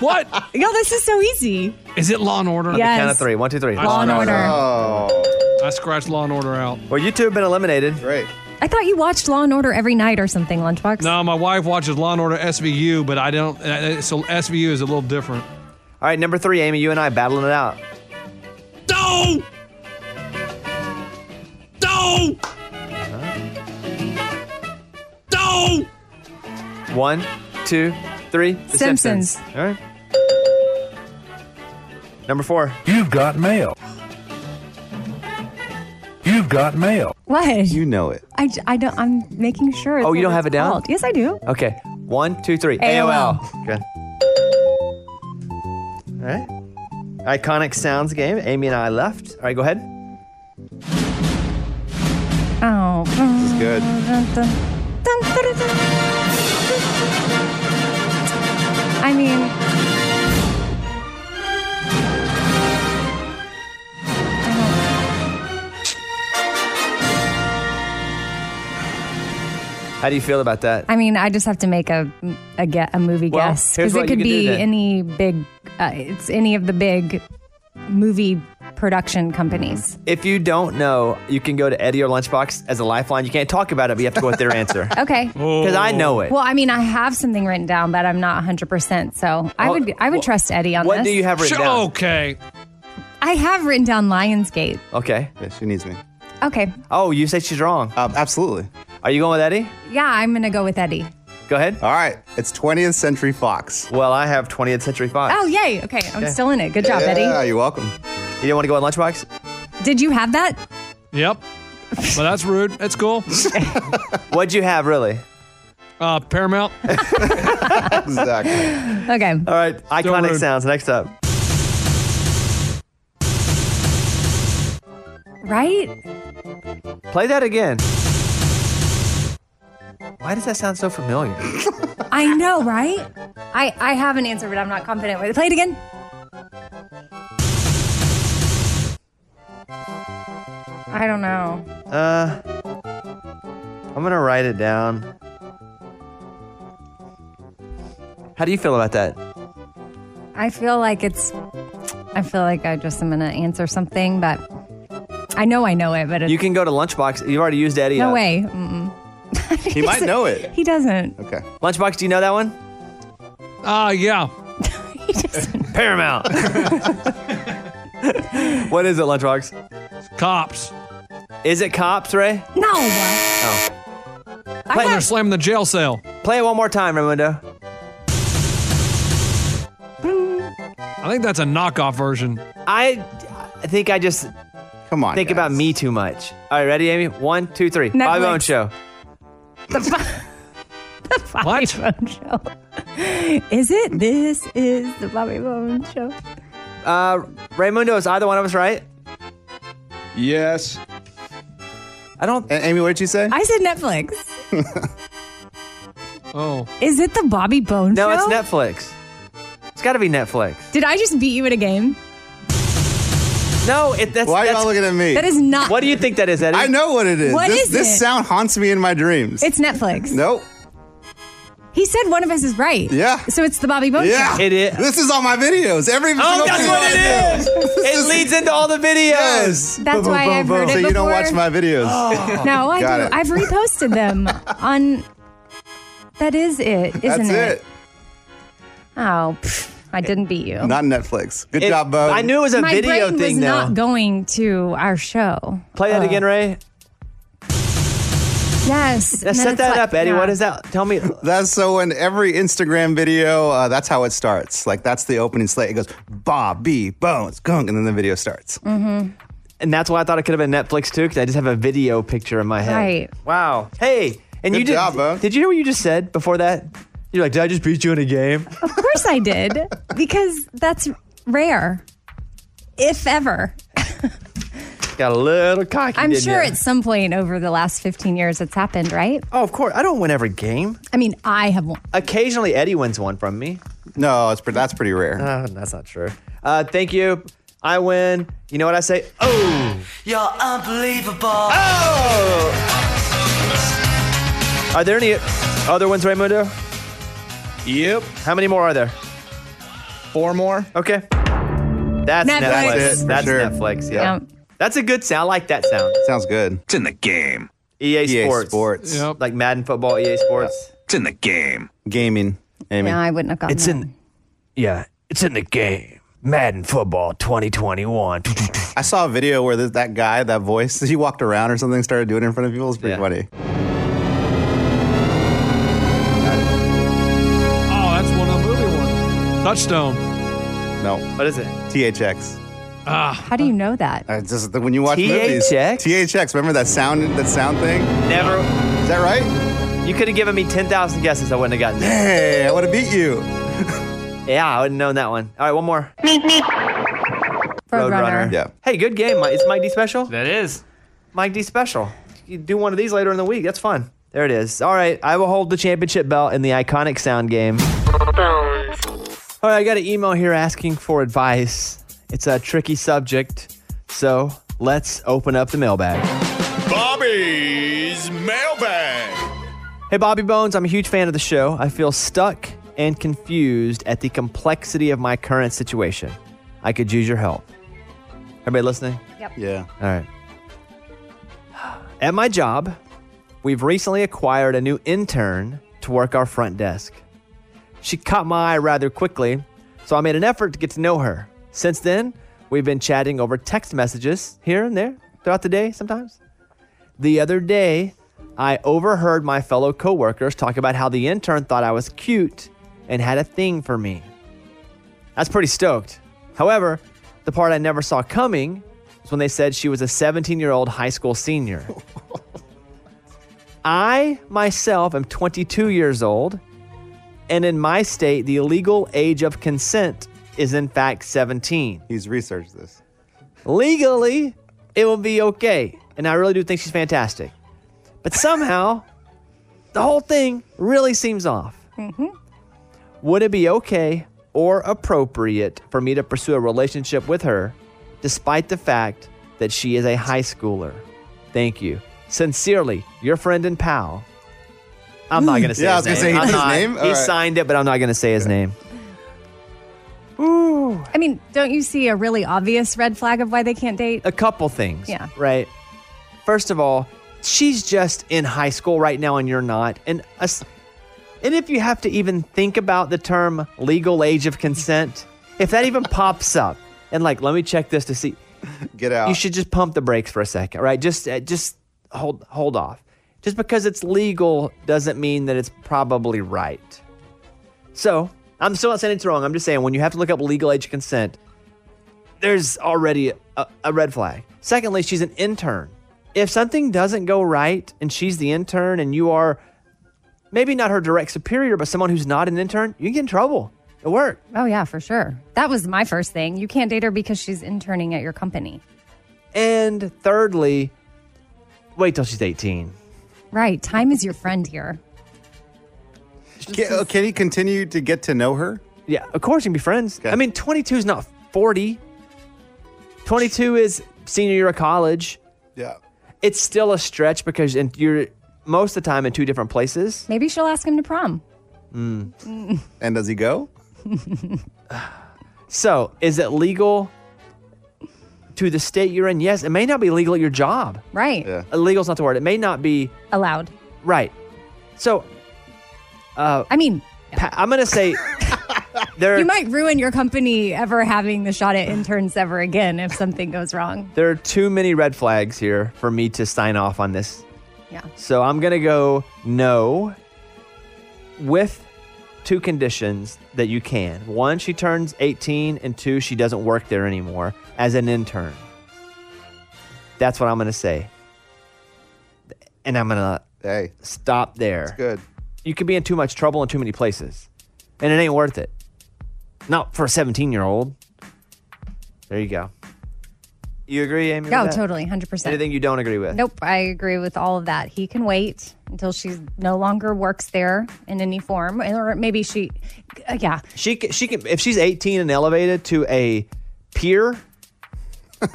S5: what?
S3: Yo, this is so easy.
S5: Is it Law and Order?
S1: On the count of three. One, two, three.
S5: Law and Order.
S4: Oh.
S5: I scratched Law and Order out.
S1: Well, you two have been eliminated.
S4: Right.
S3: I thought you watched Law and Order every night or something, Lunchbox.
S5: No, my wife watches Law and Order SVU, but I don't. uh, So SVU is a little different.
S1: All right, number three, Amy, you and I battling it out.
S5: No. No. No.
S1: One, two, three. The
S3: Simpsons.
S1: All right. Number four.
S18: You've got mail. You've got mail.
S3: What?
S4: You know it.
S3: I, j- I don't, I'm making sure. it's
S1: Oh, you
S3: what
S1: don't have
S3: it's
S1: it down?
S3: called. Yes, I do.
S1: Okay. One, two, three.
S3: AOL.
S1: Good. All right. Iconic sounds game. Amy and I left. All right, go ahead.
S3: Oh. This
S4: is good.
S3: I mean,
S1: How do you feel about that?
S3: I mean, I just have to make a a, ge- a movie
S1: Well,
S3: guess
S1: here's what
S3: because it
S1: you
S3: could
S1: can do
S3: be
S1: then.
S3: any big. Uh, it's any of the big movie production companies.
S1: If you don't know, you can go to Eddie or Lunchbox as a lifeline. You can't talk about it, but you have to go with their answer.
S3: Okay.
S1: Because I know it.
S3: Well, I mean, I have something written down, but I'm not 100. percent So I
S1: Well,
S3: would I would
S1: well,
S3: trust Eddie on
S1: what
S3: this.
S1: do you have written
S5: Sure,
S1: down?
S5: Okay.
S3: I have written down Lionsgate.
S1: Okay.
S4: Yeah, she needs me.
S3: Okay.
S1: Oh, you say she's wrong.
S4: Um, absolutely.
S1: Are you going with Eddie?
S3: Yeah, I'm gonna go with Eddie.
S1: Go ahead.
S4: All right. It's 20th Century Fox.
S1: Well, I have 20th Century Fox.
S3: Oh, yay. Okay, I'm still in it. Good job,
S4: Yeah,
S3: Eddie.
S4: you're welcome.
S1: You didn't want to go on Lunchbox?
S3: Did you have that?
S5: Yep. Well, that's rude. That's cool.
S1: What'd you have, really?
S5: Uh, Paramount.
S4: Exactly.
S3: Okay.
S1: All right, iconic
S5: rude.
S1: sounds. Next up.
S3: Right?
S1: Play that again. Why does that sound so familiar?
S3: I know, right? I I have an answer, but I'm not confident with it. Play it again. I don't know.
S1: Uh, I'm gonna write it down. How do you feel about that?
S3: I feel like it's. I feel like I just am gonna answer something, but I know I know it, but it's
S1: You can go to Lunchbox. You've already used Eddie.
S3: no
S1: up.
S3: way. Mm-mm.
S1: He might know it.
S3: He doesn't.
S1: Okay. Lunchbox, do you know that one?
S5: Ah, yeah.
S1: Paramount. what is it, Lunchbox?
S5: cops.
S1: Is it cops, Ray?
S3: No.
S1: Oh.
S5: I'm gonna slam the jail cell.
S1: Play it one more time, Raimundo.
S5: I think that's a knockoff version.
S1: I, I think I just
S4: come on.
S1: Think about me too much. All right, ready, Amy? One, two, three.
S3: Netflix.
S1: Bobby Bones Show.
S3: What? Is it? This is the Bobby Bones Show.
S1: Uh, Raimundo, is either one of us right?
S19: Yes.
S1: I don't.
S4: Amy, what did you say?
S3: I said Netflix.
S5: Oh.
S3: Is it the Bobby Bones
S1: No,
S3: Show?
S1: it's Netflix. It's got to be Netflix.
S3: Did I just beat you at a game?
S1: No, it, that's
S4: why are
S1: that's-
S4: y'all looking at me?
S3: That is not-
S1: What do you think that is, Eddie?
S4: I know what it is.
S3: What
S4: this,
S3: is
S4: this
S3: it?
S4: sound haunts me in my dreams.
S3: It's Netflix.
S4: nope.
S3: He said one of us is right.
S4: Yeah.
S3: So it's the Bobby Bones
S4: Yeah,
S3: Show.
S1: is.
S4: This is on my videos. Every
S1: Oh,
S4: single
S1: that's
S4: thing
S1: what
S4: on
S1: it
S4: there.
S1: is. It leads into all the videos.
S4: Yes.
S3: That's
S4: Boom,
S3: why
S4: boom,
S3: I've
S4: boom,
S3: heard
S4: boom.
S3: it
S4: So you don't watch
S3: before.
S4: my videos.
S1: Oh.
S3: No, I
S4: Got
S3: do.
S4: it.
S3: I've reposted them on. That is it, isn't
S4: That's it.
S3: it? Oh, pff, I didn't beat you.
S4: Not Netflix. Good job, Bo.
S3: My brain was Not going to our show.
S1: Play that
S3: Uh,
S1: again, Ray.
S3: Yes.
S1: Yeah,
S3: and then
S1: set
S3: it's
S1: that
S3: like-
S1: up, Eddie.
S3: yeah.
S1: What is that? Tell me.
S4: That's so in every Instagram video, uh, that's how it starts. Like that's the opening slate. It goes Bobby Bones, gunk, and then the video starts.
S1: And that's why I thought it could have been Netflix too, because I just have a video picture in my head.
S4: Right.
S1: Wow. Hey, and
S4: Good
S1: you did.
S4: job, Bo.
S1: Did you hear what you just said before that? You're like, did I just beat you in a game?
S3: Of course I did, because that's rare, if ever.
S1: Got a little cocky.
S3: I'm
S1: didn't
S3: sure
S1: ya?
S3: at some point over the last 15 years it's happened, right?
S1: Oh, of course. I don't win every game.
S3: I mean, I have won.
S1: Occasionally, Eddie wins one from me.
S4: No, it's pre- that's pretty rare.
S1: Uh, that's not true. Uh, thank you. I win. You know what I say? Oh.
S11: You're unbelievable.
S1: Are there any other ones, Raymundo?
S19: Yep.
S1: How many more are there?
S19: Four more.
S1: Okay.
S19: Netflix.
S1: That's Netflix.
S19: That's it,
S1: That's,
S19: for sure.
S1: Netflix. Yeah.
S19: Yeah.
S1: That's a good sound. I like that sound.
S4: Sounds good.
S1: It's in the game.
S19: E
S1: EA
S4: EA
S1: Sports.
S4: Sports.
S1: Like Madden football, EA Sports. It's in the game.
S4: Gaming. Amy.
S3: No, I wouldn't have gotten
S1: It's
S3: that.
S1: in. Yeah, it's in the game. Madden football 2021.
S4: I saw a video where th- that guy, that voice, he walked around or something, started doing it in front of people. It's pretty funny.
S5: Oh, that's one of the movie ones. Touchstone.
S4: No.
S1: What is it?
S4: THX.
S5: Ah.
S3: How do you know that?
S4: Uh, just the- when you watch
S1: THX?
S4: movies. THX. Remember that sound? That sound thing.
S1: Never. Is
S4: that right?
S1: You could have given me 10,000 guesses. I wouldn't have gotten it.
S4: Hey, I would have beat you.
S1: Yeah, I wouldn't known that one. All right, one more. Roadrunner.
S4: Yeah.
S1: Hey, good game. Mike. It's Mike D Special.
S17: That is.
S1: Mike D Special. You do one of these later in the week. That's fun. There it is. All right, I will hold the championship belt in the iconic sound game. All right, I got an email here asking for advice. It's a tricky subject, so let's open up the mailbag.
S11: Bobby's mailbag.
S1: Hey, Bobby Bones, I'm a huge fan of the show. I feel stuck and confused at the complexity of my current situation. I could use your help. Everybody listening?
S3: Yep.
S4: Yeah.
S1: All right. At my job, we've recently acquired a new intern to work our front desk. She caught my eye rather quickly, so I made an effort to get to know her. Since then, we've been chatting over text messages here and there throughout the day sometimes. The other day, I overheard my fellow coworkers talk about how the intern thought I was cute and had a thing for me. That's pretty stoked. However, the part I never saw coming was when they said she was a 17 year old high school senior. I myself am 22 years old, and in my state, the legal age of consent is in fact 17.
S4: He's researched this.
S1: Legally, it will be okay. And I really do think she's fantastic. But somehow, the whole thing really seems off. Would it be okay or appropriate for me to pursue a relationship with her despite the fact that she is a high schooler? Thank you. Sincerely, your friend and pal. I'm not gonna say.
S4: Yeah, I
S1: his
S4: was gonna
S1: name.
S4: say
S1: I'm
S4: his
S1: not-
S4: name?
S1: He
S4: All right.
S1: signed it, but I'm not gonna say his name.
S3: Ooh. I mean, don't you see a really obvious red flag of why they can't date?
S1: A couple things.
S3: Yeah.
S1: Right. First of all, she's just in high school right now, and you're not. And us, and if you have to even think about the term legal age of consent, if that even pops up, and like, let me check this to see.
S4: Get out.
S1: You should just pump the brakes for a second, right? Just, uh, just hold, hold off. Just because it's legal doesn't mean that it's probably right. So I'm still not saying it's wrong. I'm just saying when you have to look up legal age of consent, there's already a, a red flag. Secondly, she's an intern. If something doesn't go right and she's the intern and you are maybe not her direct superior, but someone who's not an intern, you can get in trouble at work.
S3: Oh, yeah, for sure. That was my first thing. You can't date her because she's interning at your company.
S1: And thirdly, wait till she's 18.
S3: Right. Time is your friend here.
S4: Can, uh, can he continue to get to know her?
S1: Yeah, of course you can be friends. I mean, 22 is not 40. 22 is senior year of college.
S4: Yeah.
S1: It's still a stretch because and you're most of the time in two different places.
S3: Maybe she'll ask him to prom. Mm.
S4: And does he go?
S1: So, is it legal to the state you're in? Yes, it may not be legal at your job.
S3: Right.
S1: Illegal's not the word. It may not be
S3: allowed.
S1: Right. So, uh,
S3: I mean,
S1: I'm gonna say there.
S3: You might ruin your company ever having the shot at interns ever again if something goes wrong.
S1: There are too many red flags here for me to sign off on this.
S3: Yeah.
S1: So I'm gonna go no with two conditions that you can. One, she turns 18, and two, she doesn't work there anymore as an intern. That's what I'm gonna say. And I'm gonna
S4: hey
S1: stop there. That's
S4: good.
S1: You could be in too much trouble in too many places. And it ain't worth it. Not for a 17 year old. There you go. You agree, Amy? with
S3: No,
S1: that?
S3: Oh, totally, 100%.
S1: Anything you don't agree with?
S3: Nope, I agree with all of that. He can wait until she no longer works there in any form, or maybe she, uh, yeah,
S1: She can, she can if she's 18 and elevated to a peer,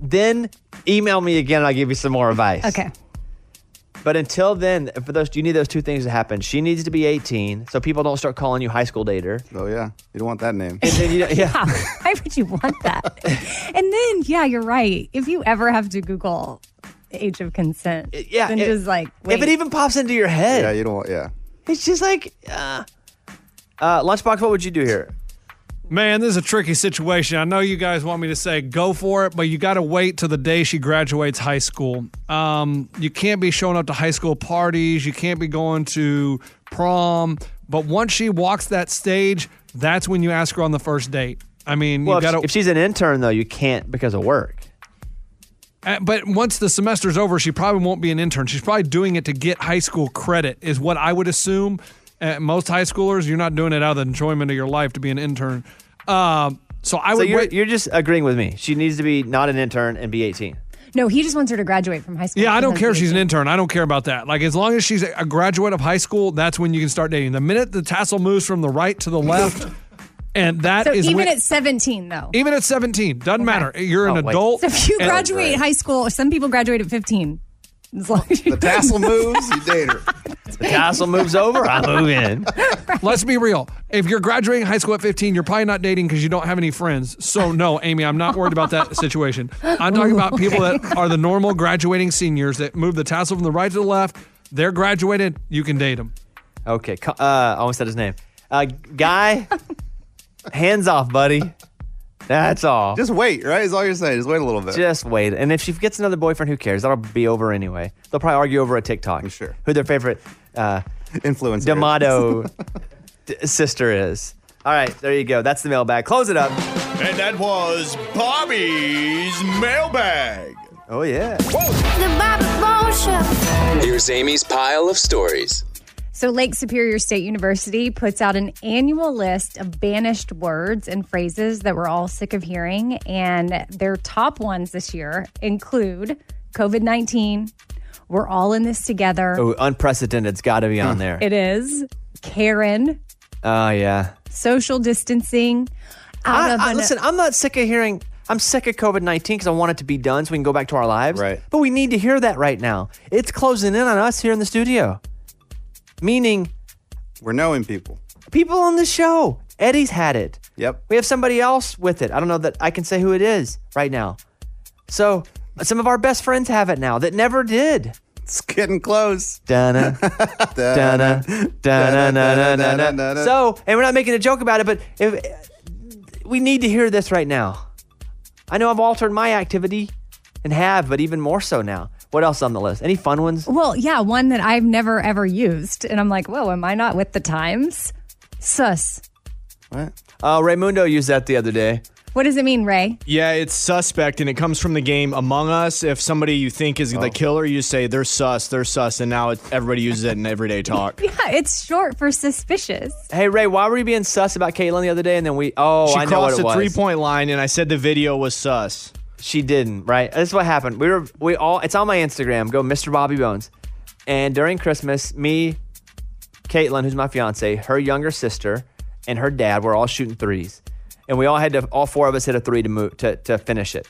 S1: then email me again and I'll give you some more advice.
S3: okay,
S1: But until then, for those you need those two things to happen. She needs to be 18 so people don't start calling you high school dater.
S4: Oh yeah. You don't want that name.
S1: yeah.
S3: why would you want that? and then, yeah, you're right. If you ever have to Google age of consent,
S1: Uh, yeah,
S3: then
S1: it-
S3: just like
S1: If
S3: wait.
S1: it even pops into your head.
S4: Yeah, you don't want yeah.
S1: It's just like, uh, uh, Lunchbox, what would you do here?
S5: Man, this is a tricky situation. I know you guys want me to say go for it, but you got to wait till the day she graduates high school. Um, you can't be showing up to high school parties. You can't be going to prom. But once she walks that stage, that's when you ask her on the first date. I mean,
S1: Well,
S5: you got
S1: if, if she's an intern, though, you can't because of work.
S5: Uh, But once the semester's over, she probably won't be an intern. She's probably doing it to get high school credit, is what I would assume. Uh, most high schoolers, you're not doing it out of the enjoyment of your life to be an intern. Um, so I
S1: so
S5: would
S1: you're,
S5: wait.
S1: you're just agreeing with me. She needs to be not an intern and be 18.
S3: no, he just wants her to graduate from high school.
S5: Yeah, I don't
S3: because
S5: care if
S3: he-
S5: she's an intern. I don't care about that. Like, as long as she's a graduate of high school, that's when you can start dating. The minute the tassel moves from the right to the left, and that
S3: So
S5: is
S3: even
S5: when-
S3: at 17, though.
S5: even at 17, doesn't matter. You're an adult.
S3: So if you
S5: and-
S3: graduate high school, some people graduate at 15. As long as you-
S5: The tassel
S4: moves, you date her.
S1: The tassel moves over, I move in.
S5: Let's be real. If you're graduating high school at 15, you're probably not dating because you don't have any friends. So, no, Amy, I'm not worried about that situation. I'm talking about people that are the normal graduating seniors that move the tassel from the right to the left. They're graduated. You can date them.
S1: Okay. co- Uh, I almost said his name. Uh, guy, hands off, buddy. That's all.
S4: Just wait, right? Is all you're saying. Just wait a little bit.
S1: Just wait. And if she gets another boyfriend, who cares? That'll be over anyway. They'll probably argue over a TikTok. sure. Who their favorite uh,
S4: influencer
S1: D'Amato d- sister is. All right, there you go. That's the mailbag. Close it up.
S20: And that was Bobby's mailbag.
S1: Oh, yeah.
S15: Here's Amy's pile of stories.
S3: So, Lake Superior State University puts out an annual list of banished words and phrases that we're all sick of hearing. And their top ones this year include COVID 19, we're all in this together.
S1: Oh, unprecedented's got to be on there.
S3: It is Karen,
S1: Oh, yeah.
S3: social distancing.
S1: I, I- listen, I'm not sick of hearing. I'm sick of COVID 19 because I want it to be done so we can go back to our lives. Right. But we need to hear that right now. It's closing in on us here in the studio. meaning
S4: we're knowing people.
S1: People on the show. Eddie's had it.
S4: Yep.
S1: We have somebody else with it. I don't know that I can say who it is right now. So some of our best friends have it now that never did.
S4: It's getting close.
S1: Dana. Dana. Dana. Dana. So, and we're not making a joke about it, but if we need to hear this right now. I know I've altered my activity and have, but even more so now. What else on the list? Any fun ones?
S3: Well, yeah, one that I've never ever used. And I'm like, whoa, am I not with the times? Sus.
S1: What? Uh, Raymundo used that the other day.
S3: What does it mean, Ray?
S21: Yeah, it's suspect, and it comes from the game Among Us. If somebody you think is
S1: Oh.
S21: the killer, you say they're sus, they're sus, and now it, everybody uses it in everyday talk.
S3: Yeah, it's short for suspicious.
S1: Hey Ray, why were you being sus about Caitlyn the other day? And then we oh
S21: she
S1: I know what
S21: crossed
S1: it
S21: the
S1: was.
S21: three point line, and I said the video was sus.
S1: She didn't, right? This is what happened. We were we all it's on my Instagram. Go Mr. Bobby Bones. And during Christmas, me, Caitlin, who's my fiance, her younger sister, and her dad were all shooting threes. And we all had to all four of us hit a three to move to, to finish it.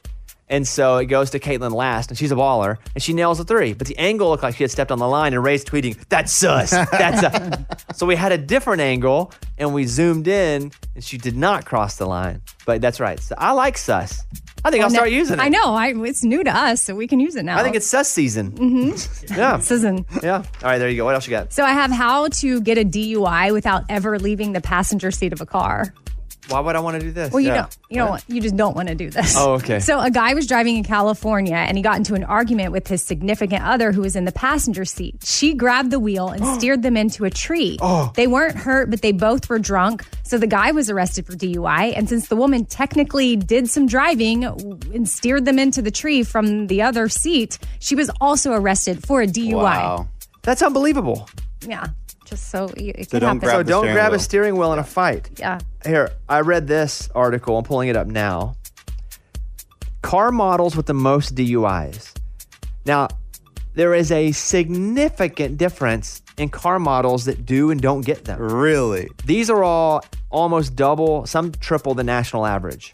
S1: And so it goes to Caitlin last, and she's a baller, and she nails a three. But the angle looked like she had stepped on the line and Ray's tweeting, that's sus. That's sus. so we had a different angle and we zoomed in and she did not cross the line. But that's right. So I like sus. I think I'll
S3: Well,
S1: start
S3: no-
S1: using it.
S3: I know. I, it's new to us, so we can use it now.
S1: I think it's sus season.
S3: Mm-hmm.
S1: Yeah.
S3: Season.
S1: Yeah. All right, there you go. What else you got?
S3: So I have how to get a DUI without ever leaving the passenger seat of a car.
S1: Why would I want to do this?
S3: Well, you
S1: Yeah.
S3: don't, you don't, want- you just don't want to do this.
S1: Oh, okay.
S3: So a guy was driving in California and he got into an argument with his significant other who was in the passenger seat. She grabbed the wheel and steered them into a tree.
S22: Oh.
S3: They weren't hurt, but they both were drunk. So the guy was arrested for DUI. And since the woman technically did some driving and steered them into the tree from the other seat, she was also arrested for a DUI.
S1: That's unbelievable.
S3: Yeah. Just so you- it
S1: So
S3: can
S1: don't
S3: happen.
S1: grab So the don't steering grab a wheel. steering wheel in a fight.
S3: Yeah.
S1: Here, I read this article. I'm pulling it up now. Car models with the most DUIs. Now, there is a significant difference in car models that do and don't get them.
S4: Really?
S1: These are all almost double, some triple the national average.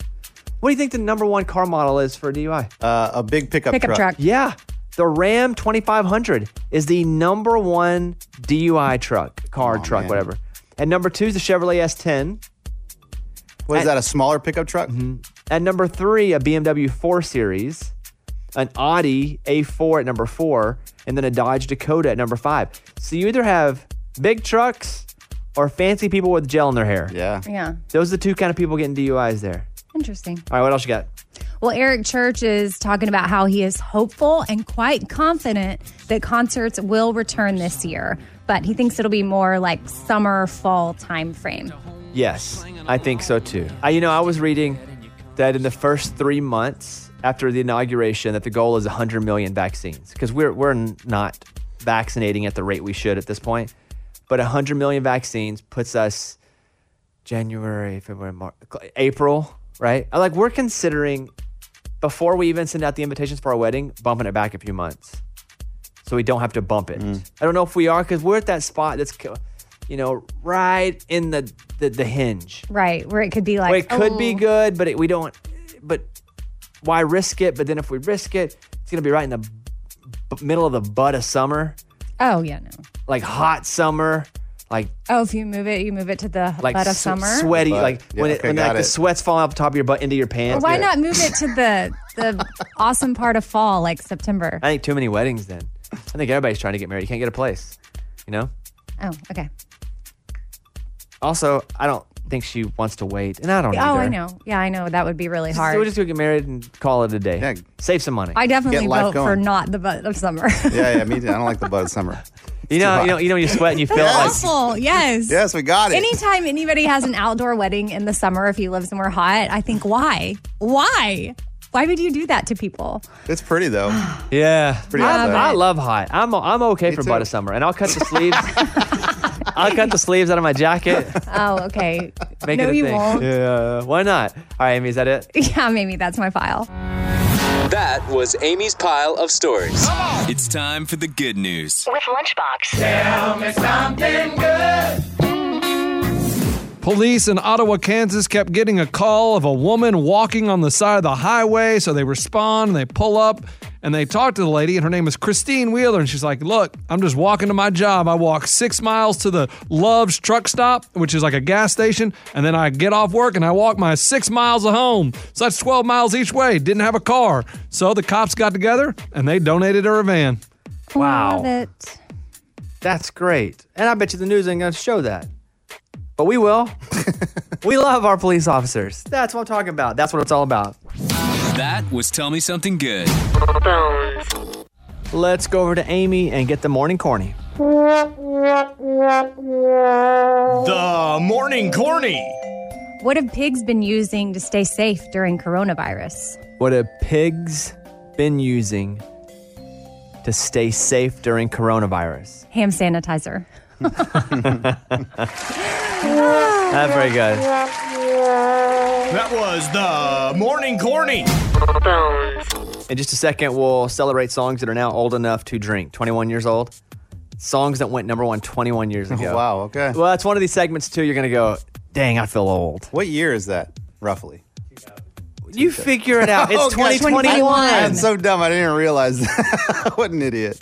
S1: What do you think the number one car model is for a DUI?
S4: Uh, a big pickup,
S1: Yeah. The Ram 2500 is the number one DUI truck, car, truck, whatever. And number two is the Chevrolet S10.
S4: What is that, a smaller pickup truck?
S1: At number three, a BMW 4 Series, an Audi A4 at number four, and then a Dodge Dakota at number five. So you either have big trucks or fancy people with gel in their hair.
S4: Yeah.
S3: Yeah.
S1: Those are the two kind of people getting DUIs there.
S3: Interesting.
S1: All right, what else you got?
S3: Well, Eric Church is talking about how he is hopeful and quite confident that concerts will return this year, but he thinks it'll be more like summer fall timeframe.
S1: Yes, I think so too. I, you know, I was reading that in the first three months after the inauguration, that the goal is 100 million vaccines because we're we're n- not vaccinating at the rate we should at this point. But 100 million vaccines puts us January, February, March, April, right? Like we're considering before we even send out the invitations for our wedding, bumping it back a few months so we don't have to bump it. I don't know if we are because we're at that spot that's, co- you know, right in the the, the hinge.
S3: Right, where it could be like
S1: Well, it could be
S3: oh,
S1: good, but it, we don't. But why risk it? But then if we risk it, it's gonna be right in the b- middle of the butt of summer,
S3: Oh yeah, no.
S1: like hot summer, like
S3: Oh, if you move it, you move it to the
S1: like
S3: butt of
S1: s-
S3: summer.
S1: sweaty, like
S4: Yeah,
S1: when, it,
S4: okay,
S1: when
S4: got
S1: like
S4: it.
S1: the sweat's falling off the top of your butt into your
S3: Or
S1: pants.
S3: why not move it to the the awesome part of fall, like September?
S1: I think too many weddings. Then I think everybody's trying to get married. You can't get a place, you know.
S3: Oh, okay.
S1: Also, I don't think she wants to wait, and I don't.
S3: oh,
S1: either.
S3: I know. Yeah, I know. That would be really
S1: Just- we'll
S3: hard.
S1: just go get married and call it a day. Save some money.
S3: I definitely vote for not the butt of summer.
S4: yeah, yeah, me too. I don't like the buzz of summer.
S1: You know, you know, you know, you sweat and you feel like
S3: Awful. Yes.
S4: Yes, we got it.
S3: Anytime anybody has an outdoor wedding in the summer, if you live somewhere hot, I think, why? Why? Why would you do that to people?
S4: It's pretty though.
S1: yeah.
S4: pretty
S1: I,
S4: hot
S1: I
S4: though.
S1: love hot. I'm I'm okay for butt of summer, and I'll cut the sleeves. I'll cut the sleeves out of my jacket.
S3: Oh, okay.
S1: Make
S3: no,
S1: it a
S3: you
S1: thing.
S3: won't.
S1: Yeah, why not? All right, Amy, is that it?
S3: Yeah, maybe that's my file.
S15: That was Amy's pile of stories. It's time for the good news.
S2: With Lunchbox.
S11: Tell me something good.
S5: Police in Ottawa, Kansas kept getting a call of a woman walking on the side of the highway, so they respond and they pull up. And they talked to the lady, and her name is Christine Wheeler. And she's like, Look, I'm just walking to my job. I walk six miles to the Love's truck stop, which is like a gas station. And then I get off work and I walk my six miles to home. So that's 12 miles each way. Didn't have a car. So the cops got together and they donated her a van.
S3: Wow. it.
S1: That's great. And I bet you the news ain't going to show that. But we will. we love our police officers. That's what I'm talking about. That's what it's all about.
S15: That was Tell Me Something Good.
S1: Let's go over to Amy and get the morning corny.
S3: The
S20: morning corny.
S3: What have pigs been using to stay safe during coronavirus?
S1: What have pigs been using to stay safe during coronavirus?
S3: Hand sanitizer.
S1: That's very good.
S20: That was the morning corny.
S1: In just a second, we'll celebrate songs that are now old enough to drink. 21 years old. Songs that went number one 21 years ago.
S4: wow, okay.
S1: Well, it's one of these segments, too. You're going to go, dang, I feel old.
S4: What year is that, roughly?
S1: You figure it out. It's
S4: Oh, gosh.
S1: 2021.
S4: That's so dumb. I didn't realize that. what an idiot.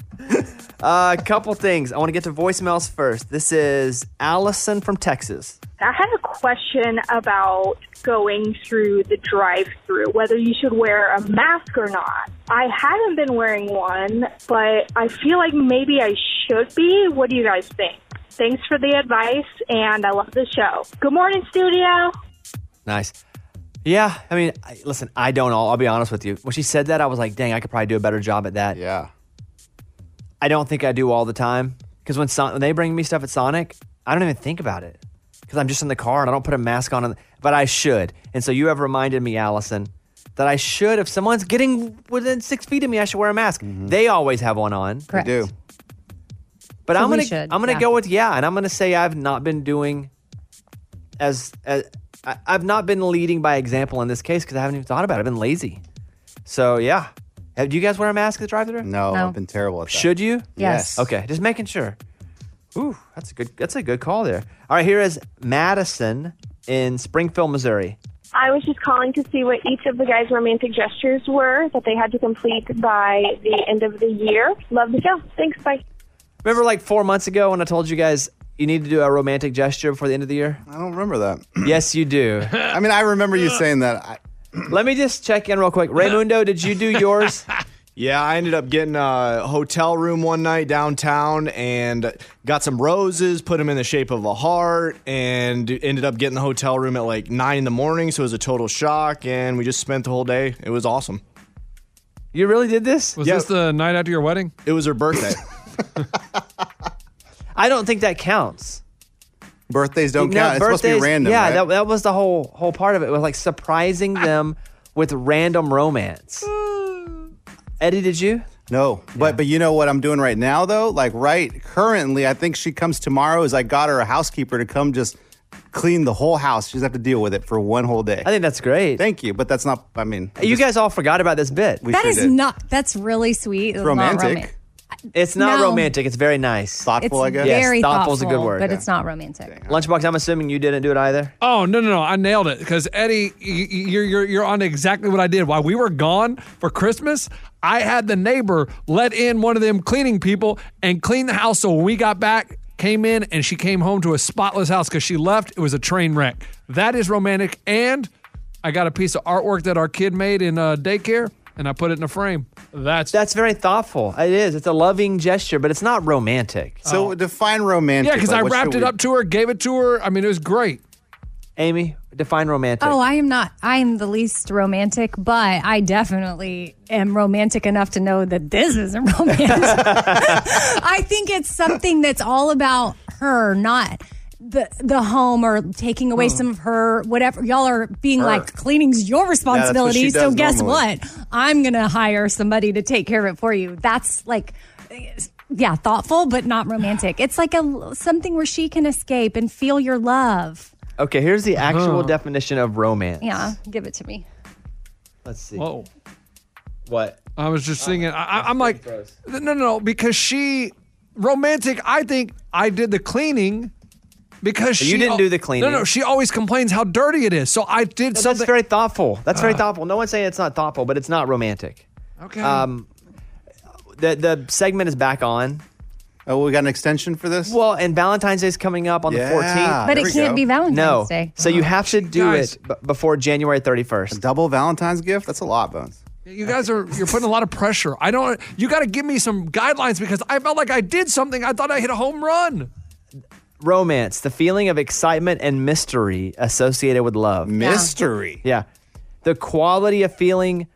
S1: Uh, A couple things. I want to get to voicemails first. This is Allison from Texas.
S22: I had a question about going through the drive through, whether you should wear a mask or not. I haven't been wearing one, but I feel like maybe I should be. What do you guys think? Thanks for the advice, and I love the show. Good morning, studio.
S1: Nice. Yeah, I mean, I, listen, I don't know. I'll be honest with you. When she said that, I was like, dang, I could probably do a better job at that.
S4: Yeah.
S1: I don't think I do all the time because when, Son- when they bring me stuff at Sonic, I don't even think about it because I'm just in the car and I don't put a mask on, but I should. And so you have reminded me, Allison, that I should, if someone's getting within six feet of me, I should wear a mask. They always have one on.
S3: Correct.
S1: do. But
S3: So
S1: I'm
S3: we
S1: gonna
S3: should,
S1: I'm gonna
S3: yeah.
S1: go with yeah, and I'm gonna say I've not been doing as as I, I've not been leading by example in this case because I haven't even thought about it. I've been lazy. So yeah, have, do you guys wear a mask at the drive-through?
S4: No, I've been terrible at that.
S1: Should you?
S4: Yes. Yes.
S1: Okay, just making sure. Ooh, that's a good that's a good call there. All right, here is Madison in Springfield, Missouri.
S23: I was just calling to see what each of the guys' romantic gestures were that they had to complete by the end of the year. Love the show. Thanks. Bye.
S1: Remember like four months ago when I told you guys you need to do a romantic gesture before the end of the year?
S4: I don't remember that.
S1: yes, you do.
S4: I mean, I remember you saying that. I,
S1: Let me just check in real quick. Raymundo, did you do yours?
S21: Yeah, I ended up getting a hotel room one night downtown and got some roses, put them in the shape of a heart, and ended up getting the hotel room at like nine in the morning. So it was a total shock, and we just spent the whole day. It was awesome.
S1: You really did this?
S5: Was this the night after your wedding?
S21: It was her birthday.
S1: I don't think that counts.
S4: Birthdays don't
S1: No,
S4: count. Oh, it's supposed to
S1: birthdays-
S4: be random.
S1: Yeah,
S4: right? Ah.
S1: that, that was the whole whole part of it. It was like surprising them with random romance. Eddie, did you?
S4: No, but but you know what I'm doing right now though. Like right currently, I think she comes tomorrow. Is I got her a housekeeper to come just clean the whole house. She doesn't have to deal with it for one whole day. I
S1: think that's great.
S4: Thank you, but that's not. I mean,
S1: You guys all forgot about this bit.
S4: We
S3: that
S4: sure
S3: is
S4: did.
S3: not. That's really sweet. It's not roman-
S1: It's not
S3: No.
S1: romantic. It's very nice. Thoughtful,
S3: it's Very
S1: yes, thoughtful is a good
S3: thoughtful,
S1: word.
S3: but it's not romantic.
S1: Lunchbox, I'm assuming you didn't do it either.
S5: Oh no no no! I nailed it because Eddie, y- y- you're you're you're on exactly what I did. While we were gone for Christmas, I had the neighbor let in one of them cleaning people and clean the house. So when we got back, came in and she came home to a spotless house because she left. It was a train wreck. That is romantic. And I got a piece of artwork that our kid made in uh, daycare, and I put it in a frame. That's
S1: that's very thoughtful. It is. It's a loving gesture, but it's not romantic.
S4: So define romantic.
S5: Yeah, because I wrapped it up to her, gave it to her. I mean, it was great.
S1: Amy, define romantic.
S3: Oh, I am not. I am the least romantic, but I definitely am romantic enough to know that this isn't romantic. I think it's something that's all about her, not the the home or taking away some of her whatever. Y'all are being
S24: Hmm. Her.
S3: like cleaning's your
S24: what she
S3: responsibility. so
S24: does
S3: guess
S24: normally.
S3: what? I'm gonna hire somebody to take care of it for you. That's like. Yeah, thoughtful but not romantic. It's like a something where she can escape and feel your love.
S1: Okay, here's the actual definition of romance.
S3: Yeah, give it to me.
S1: Let's see.
S5: Whoa. Uh,
S1: What?
S5: I was just singing. I, I- I'm like, no, no, no, because she romantic. I think I did the cleaning because
S1: You
S5: she
S1: didn't
S5: al-
S1: do the cleaning.
S5: No, no, she always complains how dirty it is. So I did
S1: No,
S5: something.
S1: That's very thoughtful. That's very
S5: Ah.
S1: thoughtful. No one's saying it's not thoughtful, but it's not romantic.
S5: Okay.
S1: Um, the the segment is back on.
S4: Oh, we got an extension for this.
S1: Well, and Valentine's Day is coming up on
S4: Yeah,
S1: the 14th.
S3: But it can't be Valentine's
S1: no.
S3: Day.
S1: So you have to do
S5: Guys.
S1: it b- before January 31st. A
S4: double Valentine's gift? That's a lot, Bones.
S5: You guys are you're putting a lot of pressure. I don't. You got to give me some guidelines because I felt like I did something. I thought I hit a home run.
S1: Romance, the feeling of excitement and mystery associated with love.
S4: Mystery.
S1: Yeah. The quality of feeling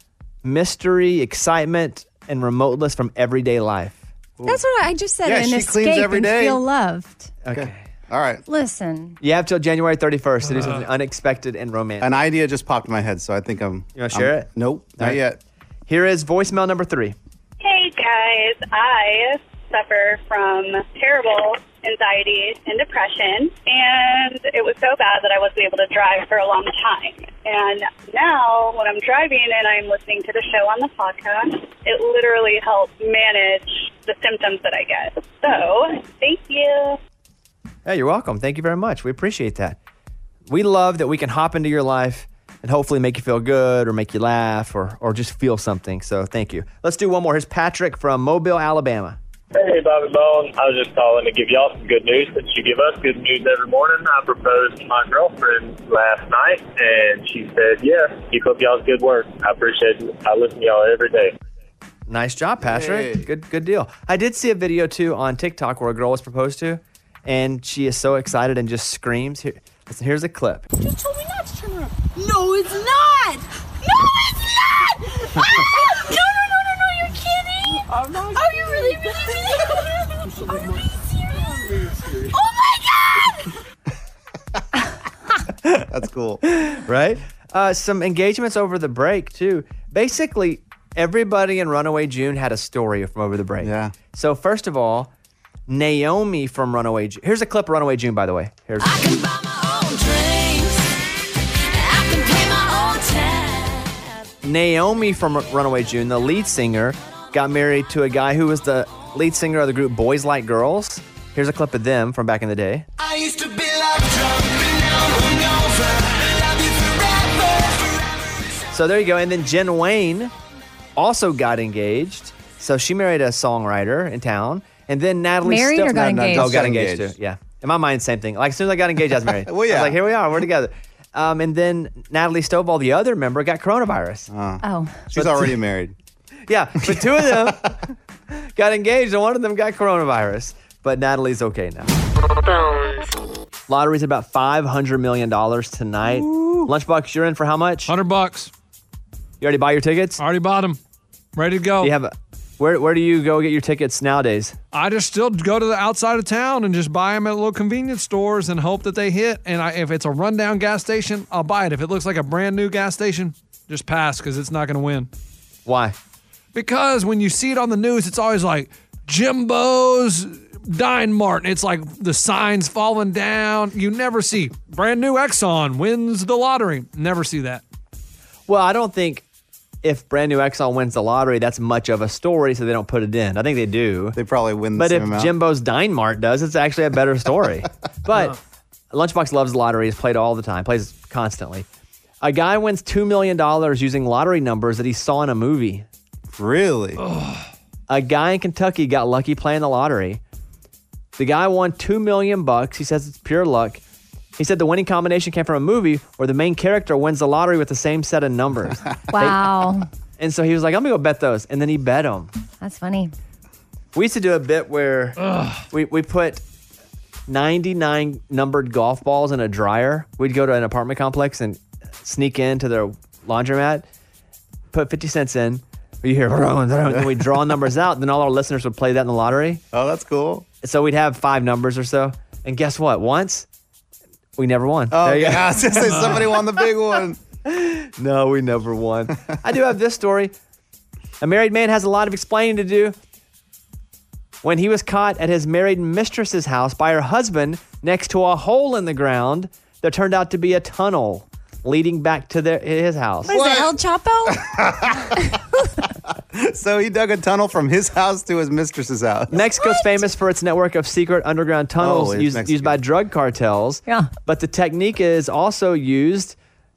S1: mystery, excitement, and remoteness from everyday life.
S3: That's what I just said.
S1: Yeah,
S3: an
S1: she
S3: escape
S1: cleans every
S3: and
S1: day.
S3: feel loved.
S1: Okay.
S4: All right.
S3: Listen,
S1: You have till January 31st to do something unexpected and romantic.
S4: An idea just popped in my head, so I think I'm. You
S1: wanna share it?
S4: Nope, not
S1: All right.
S4: yet.
S1: Here is voicemail number three.
S24: Hey guys, I suffer from terrible anxiety and depression, and it was so bad that I wasn't able to drive for a long time. And now, when I'm driving and I'm listening to the show on the podcast, it literally helps manage the symptoms that I get. So, thank you.
S1: Hey, you're welcome. Thank you very much. We appreciate that. We love that we can hop into your life and hopefully make you feel good or make you laugh or, or just feel something. So thank you. Let's do one more. Here's Patrick from Mobile, Alabama.
S25: Hey, Bobby Bones. I was just calling to give y'all some good news since you give us good news every morning. I proposed to my girlfriend last night, and she said, yes, keep up y'all's good work. I appreciate it. I listen to y'all every day.
S1: Nice job, Patrick. Good good deal. I did see a video too on TikTok where a girl was proposed to and she is so excited and just screams. Here, listen, here's a clip.
S14: You told me not to turn around. No, it's not. No, it's not. Ah! no, no, no, no, no. You're kidding. I'm not Are you really, really, really? Are you being serious? Oh my god!
S4: That's cool.
S1: right? Uh, some engagements over the break, too. Basically, everybody in Runaway June had a story from over the break. Yeah. So, first of all, Naomi from Runaway June. Here's a clip of Runaway June, by the way. Here's Naomi from Runaway June, the lead singer, got married to a guy who was the lead singer of the group Boys Like Girls. Here's a clip of them from back in the day.
S11: I used to be like drunk, and now I'm hungover. Love you forever.
S1: So there you go. And then Jen Wayne also got engaged. So she married a songwriter in town. And then Natalie
S3: Married
S1: Stuff-
S3: or got
S1: No, no,
S3: engaged?
S1: Oh, got engaged too. Yeah. In my mind, same thing. Like as soon as I got engaged, I was married. well, yeah. like, here we are. We're together. Um, and then Natalie Stovall, the other member, got coronavirus.
S3: Oh.
S4: She's already married.
S1: Yeah, but two of them got engaged and one of them got coronavirus. But Natalie's okay now. Lottery's about five hundred million dollars tonight. Lunchbox, you're in for how much? Hundred
S5: bucks.
S1: You already buy your tickets?
S5: Already bought them. Ready to go.
S1: You have a, where Where do you go get your tickets nowadays?
S5: I just still go to the outside of town and just buy them at little convenience stores and hope that they hit. And I, if it's a rundown gas station, I'll buy it. If it looks like a brand new gas station, just pass because it's not going to win.
S1: Why?
S5: Because when you see it on the news, it's always like Jimbo's Dine Mart. and It's like the signs falling down. You never see brand new Exxon wins the lottery. Never see that.
S1: Well, I don't think if brand new Exxon wins the lottery, that's much of a story, so they don't put it in. I think they do. They
S4: probably win. the
S1: But
S4: same
S1: if
S4: amount.
S1: Jimbo's Dine Mart does, it's actually a better story. but Lunchbox loves the lottery. It's played all the time. Plays constantly. A guy wins two million dollars using lottery numbers that he saw in a movie.
S4: Really?
S1: a guy in Kentucky got lucky playing the lottery. The guy won two million bucks. He says it's pure luck. He said the winning combination came from a movie where the main character wins the lottery with the same set of numbers.
S3: Wow.
S1: And so he was like, I'm gonna go bet those. And then he bet them.
S3: That's funny.
S1: We used to do a bit where we, we put 99 numbered golf balls in a dryer. We'd go to an apartment complex and sneak into their laundromat, put 50 cents in. You hear, vroom, vroom, and we'd draw numbers out. Then all our listeners would play that in the lottery.
S4: Oh, that's cool.
S1: So we'd have five numbers or so. And guess what? Once, we never won.
S4: Oh,
S1: There you go.
S4: yeah. I was gonna say somebody won the big one.
S1: No, we never won. I do have this story. A married man has a lot of explaining to do. When he was caught at his married mistress's house by her husband next to a hole in the ground that turned out to be a tunnel leading back to their, his house.
S3: What is it, El Chapo?
S4: so he dug a tunnel from his house to his mistress's house.
S1: Mexico's famous for its network of secret underground tunnels
S4: Oh, it's
S1: used,
S4: Mexico.
S1: used by drug cartels. Yeah. But the technique is also used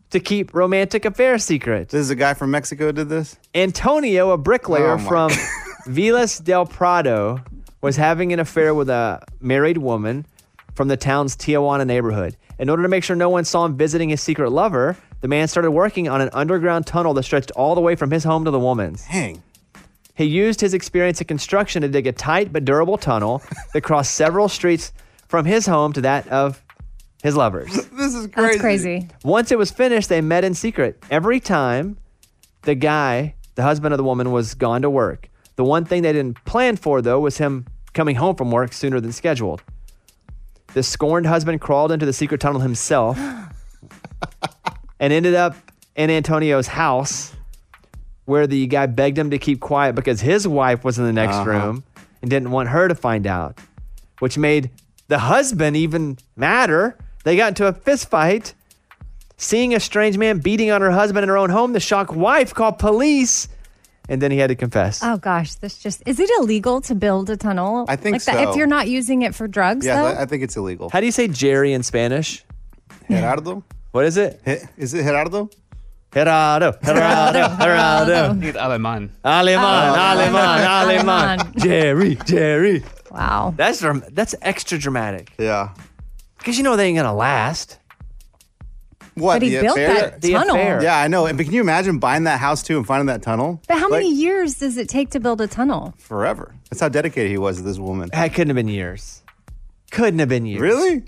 S1: to keep romantic affairs secret. This
S4: is a guy from Mexico did this?
S1: Antonio, a bricklayer
S4: Oh, my
S1: from Vilas del Prado was having an affair with a married woman from the town's Tijuana neighborhood. In order to make sure no one saw him visiting his secret lover, the man started working on an underground tunnel that stretched all the way from his home to the woman's.
S4: Dang.
S1: He used his experience in construction to dig a tight but durable tunnel that crossed several streets from his home to that of his lover's.
S4: This is
S3: crazy. That's crazy.
S1: Once it was finished, they met in secret. Every time the guy, the husband of the woman, was gone to work. The one thing they didn't plan for, though, was him coming home from work sooner than scheduled. The scorned husband crawled into the secret tunnel himself and ended up in Antonio's house where the guy begged him to keep quiet because his wife was in the next
S21: Uh-huh.
S1: room and didn't want her to find out, which made the husband even madder. They got into a fist fight. Seeing a strange man beating on her husband in her own home, the shocked wife called police, and then he had to confess.
S3: Oh gosh, this just is it illegal to build a tunnel?
S1: I think
S3: like that
S1: so.
S3: if you're not using it for drugs though.
S4: think it's illegal.
S1: How do you say Jerry in Spanish?
S4: Gerardo?
S1: What is it?
S4: Is it Gerardo?
S1: Gerardo. Gerardo. Gerardo.
S17: He's Aleman.
S1: Aleman, Oh, Aleman, Aleman. Jerry, Jerry.
S3: Wow.
S1: That's dram- that's extra dramatic.
S4: Yeah.
S1: Because you know they ain't gonna last.
S4: What?
S1: But he
S4: the
S1: built
S4: affair?
S1: that The tunnel. affair.
S4: Yeah, I know. And but can you imagine buying that house too and finding that tunnel?
S3: But how
S4: Like,
S3: many years does it take to build a tunnel?
S4: Forever. That's how dedicated he was to this woman.
S1: That couldn't have been years. Couldn't have been years.
S4: Really?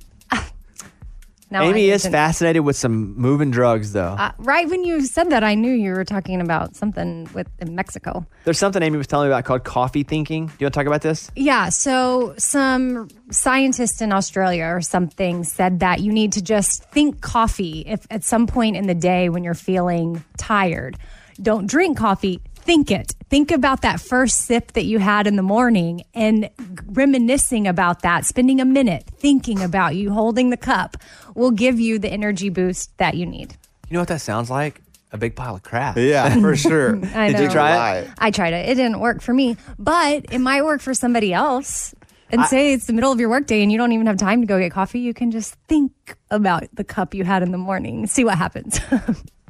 S3: Now
S1: Amy
S3: I
S1: is
S3: even-
S1: fascinated with some moving drugs, though.
S3: Uh, right when you said that, I knew you were talking about something with in Mexico.
S1: There's something Amy was telling me about called coffee thinking. Do you want to talk about this?
S3: Yeah, so some scientist in Australia or something said that you need to just think coffee if at some point in the day when you're feeling tired. Don't drink coffee, think it. Think about that first sip that you had in the morning and reminiscing about that, spending a minute thinking about you holding the cup will give you the energy boost that you need.
S1: You know what that sounds like? A big pile of crap.
S4: Yeah, for sure.
S3: I
S1: Did you
S3: know.
S1: try it?
S3: I tried it. It didn't work for me, but it might work for somebody else. And
S1: I-
S3: say it's the middle of your workday and you don't even have time to go get coffee. You can just think about the cup you had in the morning. See what happens.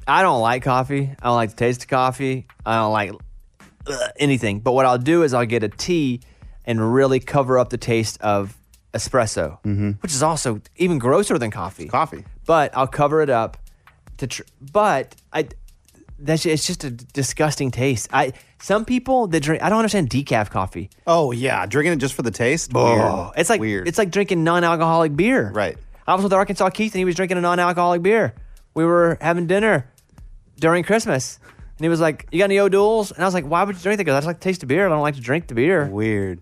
S1: I don't like coffee. I don't like the taste of coffee. I don't like ugh, anything. But what I'll do is I'll get a tea and really cover up the taste of espresso, which is also even grosser than coffee.
S4: coffee.
S1: But I'll cover it up. To tr- but I that's it's just a disgusting taste. I some people that drink I don't understand decaf coffee.
S4: Oh yeah, drinking it just for the taste.
S1: Oh,
S4: Weird.
S1: it's like
S4: Weird.
S1: it's like drinking non-alcoholic beer. Right. I was with Arkansas Keith and he was drinking a non-alcoholic beer. We were having dinner during Christmas. And he was like, You got any O'Doul's? And I was like, Why would you drink that? Because I just like to taste the beer. I don't like to drink the beer.
S4: Weird.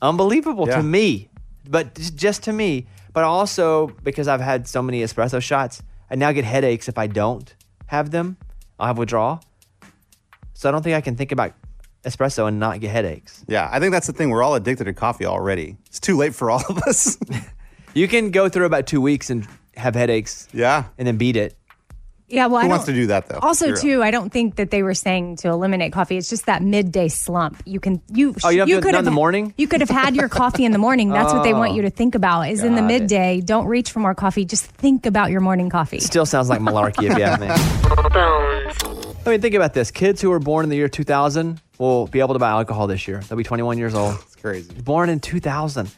S1: Unbelievable
S4: Yeah.
S1: to me. But j- just to me. But also because I've had so many espresso shots, I now get headaches if I don't have them. I'll have withdrawal. So I don't think I can think about espresso and not get headaches.
S4: Yeah, I think that's the thing. We're all addicted to coffee already. It's too late for all of us.
S1: You can go through about two weeks and have headaches.
S4: Yeah.
S1: And then beat it.
S3: yeah, well, I don't-
S1: do that though?
S3: Also, too, I don't think that they were saying to eliminate coffee. It's just that midday slump. You can you
S1: Oh, you don't have to do it
S3: could
S1: in the morning?
S3: You could have had your coffee in the morning. That's what they want
S1: Oh.
S3: you to think about. Is in the
S1: Got it.
S3: midday. Don't reach for more coffee. Just think about your morning coffee.
S1: Still sounds like malarkey if you have me. I mean, think about this. Kids who were born in the year 2000 will be able to buy alcohol this year. They'll be 21 years old. It's
S4: crazy.
S1: Born in 2000.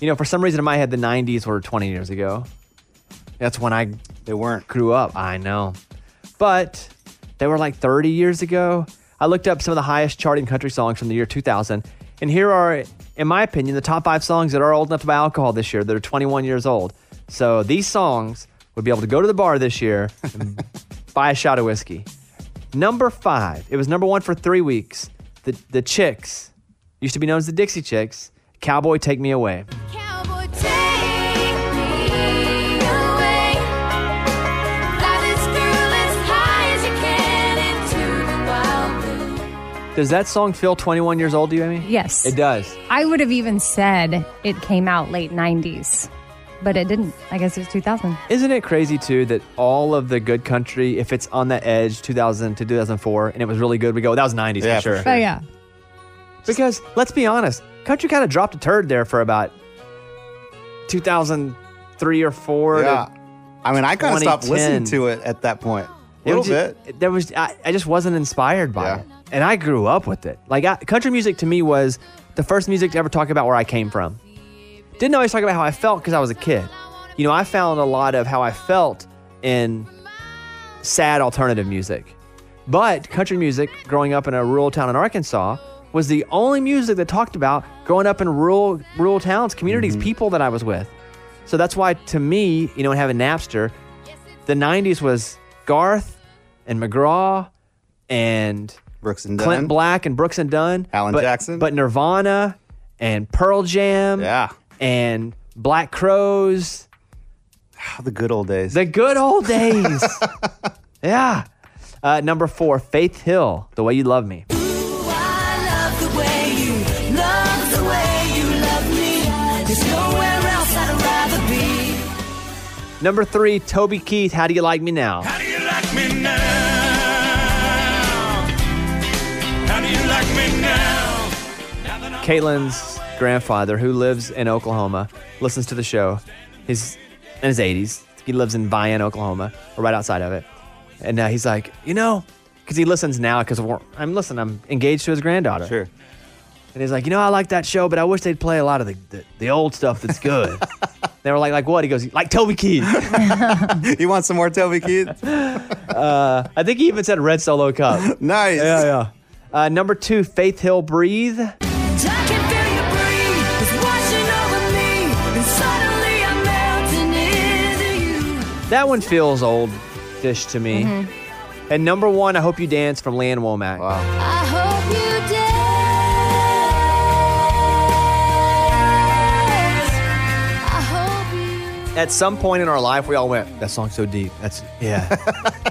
S1: You know, for some reason in my head, the 90s were 20 years ago. That's when I
S4: they weren't
S1: grew up. I know, but they were like 30 years ago. I looked up some of the highest charting country songs from the year 2000, and here are, in my opinion, the top five songs that are old enough to buy alcohol this year that are 21 years old. So these songs would be able to go to the bar this year and buy a shot of whiskey. Number five, it was number one for three weeks. The the Chicks used to be known as the Dixie Chicks. Cowboy, take me away. Does that song feel 21 years old to you, Amy?
S3: Yes.
S1: it does.
S3: I would have even said it came out late 90s, but it didn't. I guess it was 2000.
S1: Isn't it crazy too that all of the good country, if it's on that edge, 2000 to 2004, and it was really good, we go that was 90s for sure.
S3: Oh, yeah.
S1: Because let's be honest, country kind of dropped a turd there for about 2003 or four.
S4: Yeah. I mean, I kind of stopped listening
S1: it
S4: to it at that point. A
S1: It
S4: little
S1: was
S4: bit.
S1: ju- There was I, I just wasn't inspired by it. and I grew up with it. Like I, country music to me was the first music to ever talk about where I came from. Didn't always talk about how I felt because I was a kid. You know, I found a lot of how I felt in sad alternative music. But country music, growing up in a rural town in Arkansas, was the only music that talked about growing up in rural rural towns, communities, people that I was with. So that's why, to me, you know, and having Napster, the '90s was Garth and McGraw and
S4: Brooks and
S1: Clint
S4: Dunn.
S1: Black and Brooks and Dunn, Alan Jackson, but Nirvana and Pearl Jam, yeah, and Black Crows.
S4: The good old days.
S1: The good old days. yeah. Uh, number four, Faith Hill, The Way You Love Me.
S14: love the way you love the way you love me. There's nowhere else I'd rather be.
S1: Number three, Toby Keith, How Do You Like Me Now?
S14: How do you like me now?
S1: Caitlin's grandfather, who lives in Oklahoma, listens to the show. He's in his 80s. He lives in Vian, Oklahoma, or right outside of it. And uh, he's like, you know, because he listens now, because I'm listen, I'm engaged to his granddaughter. Sure. And he's like, you know, I like that show, but I wish they'd play a lot of the, the, the old stuff that's good. they were like, like what? He goes, like Toby Keith.
S4: you want some more Toby Keith?
S1: uh, I think he even said Red Solo Cup.
S4: nice.
S1: Yeah, yeah. Uh, number two, Faith Hill Breathe.
S14: I can feel your breeze is washing over me, and suddenly I'm melting into you.
S1: That one feels old dish to me.
S14: Mhm.
S1: And number one, I hope you dance from Leanne Womack.
S14: I hope you dance. I hope you.
S1: At some point in our life, we all went, that song's so deep. That's, yeah.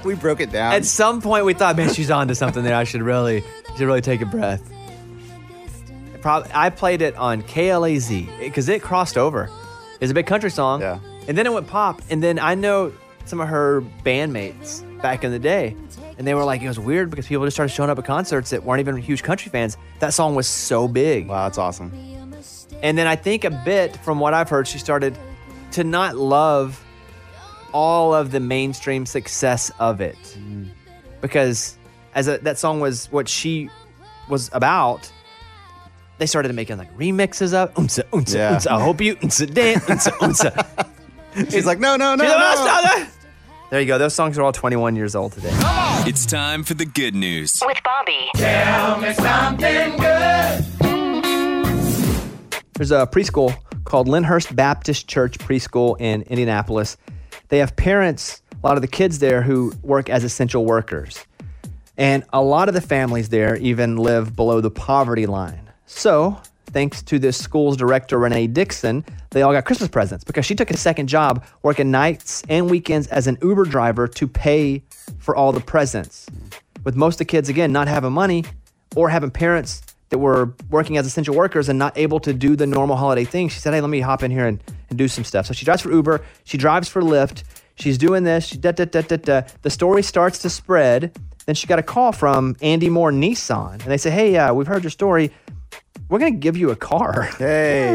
S4: we broke it down.
S1: At some point, we thought, man, she's onto something there. I should really, should really take a breath. Probably, I played it on KLAZ because it crossed over. It's a big country song. Yeah. And then it went pop. And then I know some of her bandmates back in the day. And they were like, it was weird because people just started showing up at concerts that weren't even huge country fans. That song was so big. Wow,
S4: that's awesome.
S1: And then I think a bit from what I've heard, she started to not love all of the mainstream success of it because as a, that song was what she was about they started making like remixes of unsa, unsa,
S4: Yeah.
S1: unsa, I hope you unsa, dance unsa, unsa.
S4: She's like, no, no, no,
S1: She's
S4: no.
S1: like, "Oh, stop that." There you go. Those songs are all 21 years old today.
S15: It's time for the good news.
S2: With Bobby.
S15: Tell
S14: me something good.
S1: There's a preschool called Lyndhurst Baptist Church Preschool in Indianapolis. They have parents, a lot of the kids there who work as essential workers. And a lot of the families there even live below the poverty line. So, thanks to this school's director, Renee Dixon, they all got Christmas presents because she took a second job working nights and weekends as an Uber driver to pay for all the presents. With most of the kids, again, not having money or having parents that were working as essential workers and not able to do the normal holiday thing, she said, Hey, let me hop in here and, and do some stuff. So she drives for Uber, she drives for Lyft, she's doing this, she da da da da da. The story starts to spread. Then she got a call from Andy Moore Nissan, and they said, Hey, uh, we've heard your story. We're going to give you a car. Hey.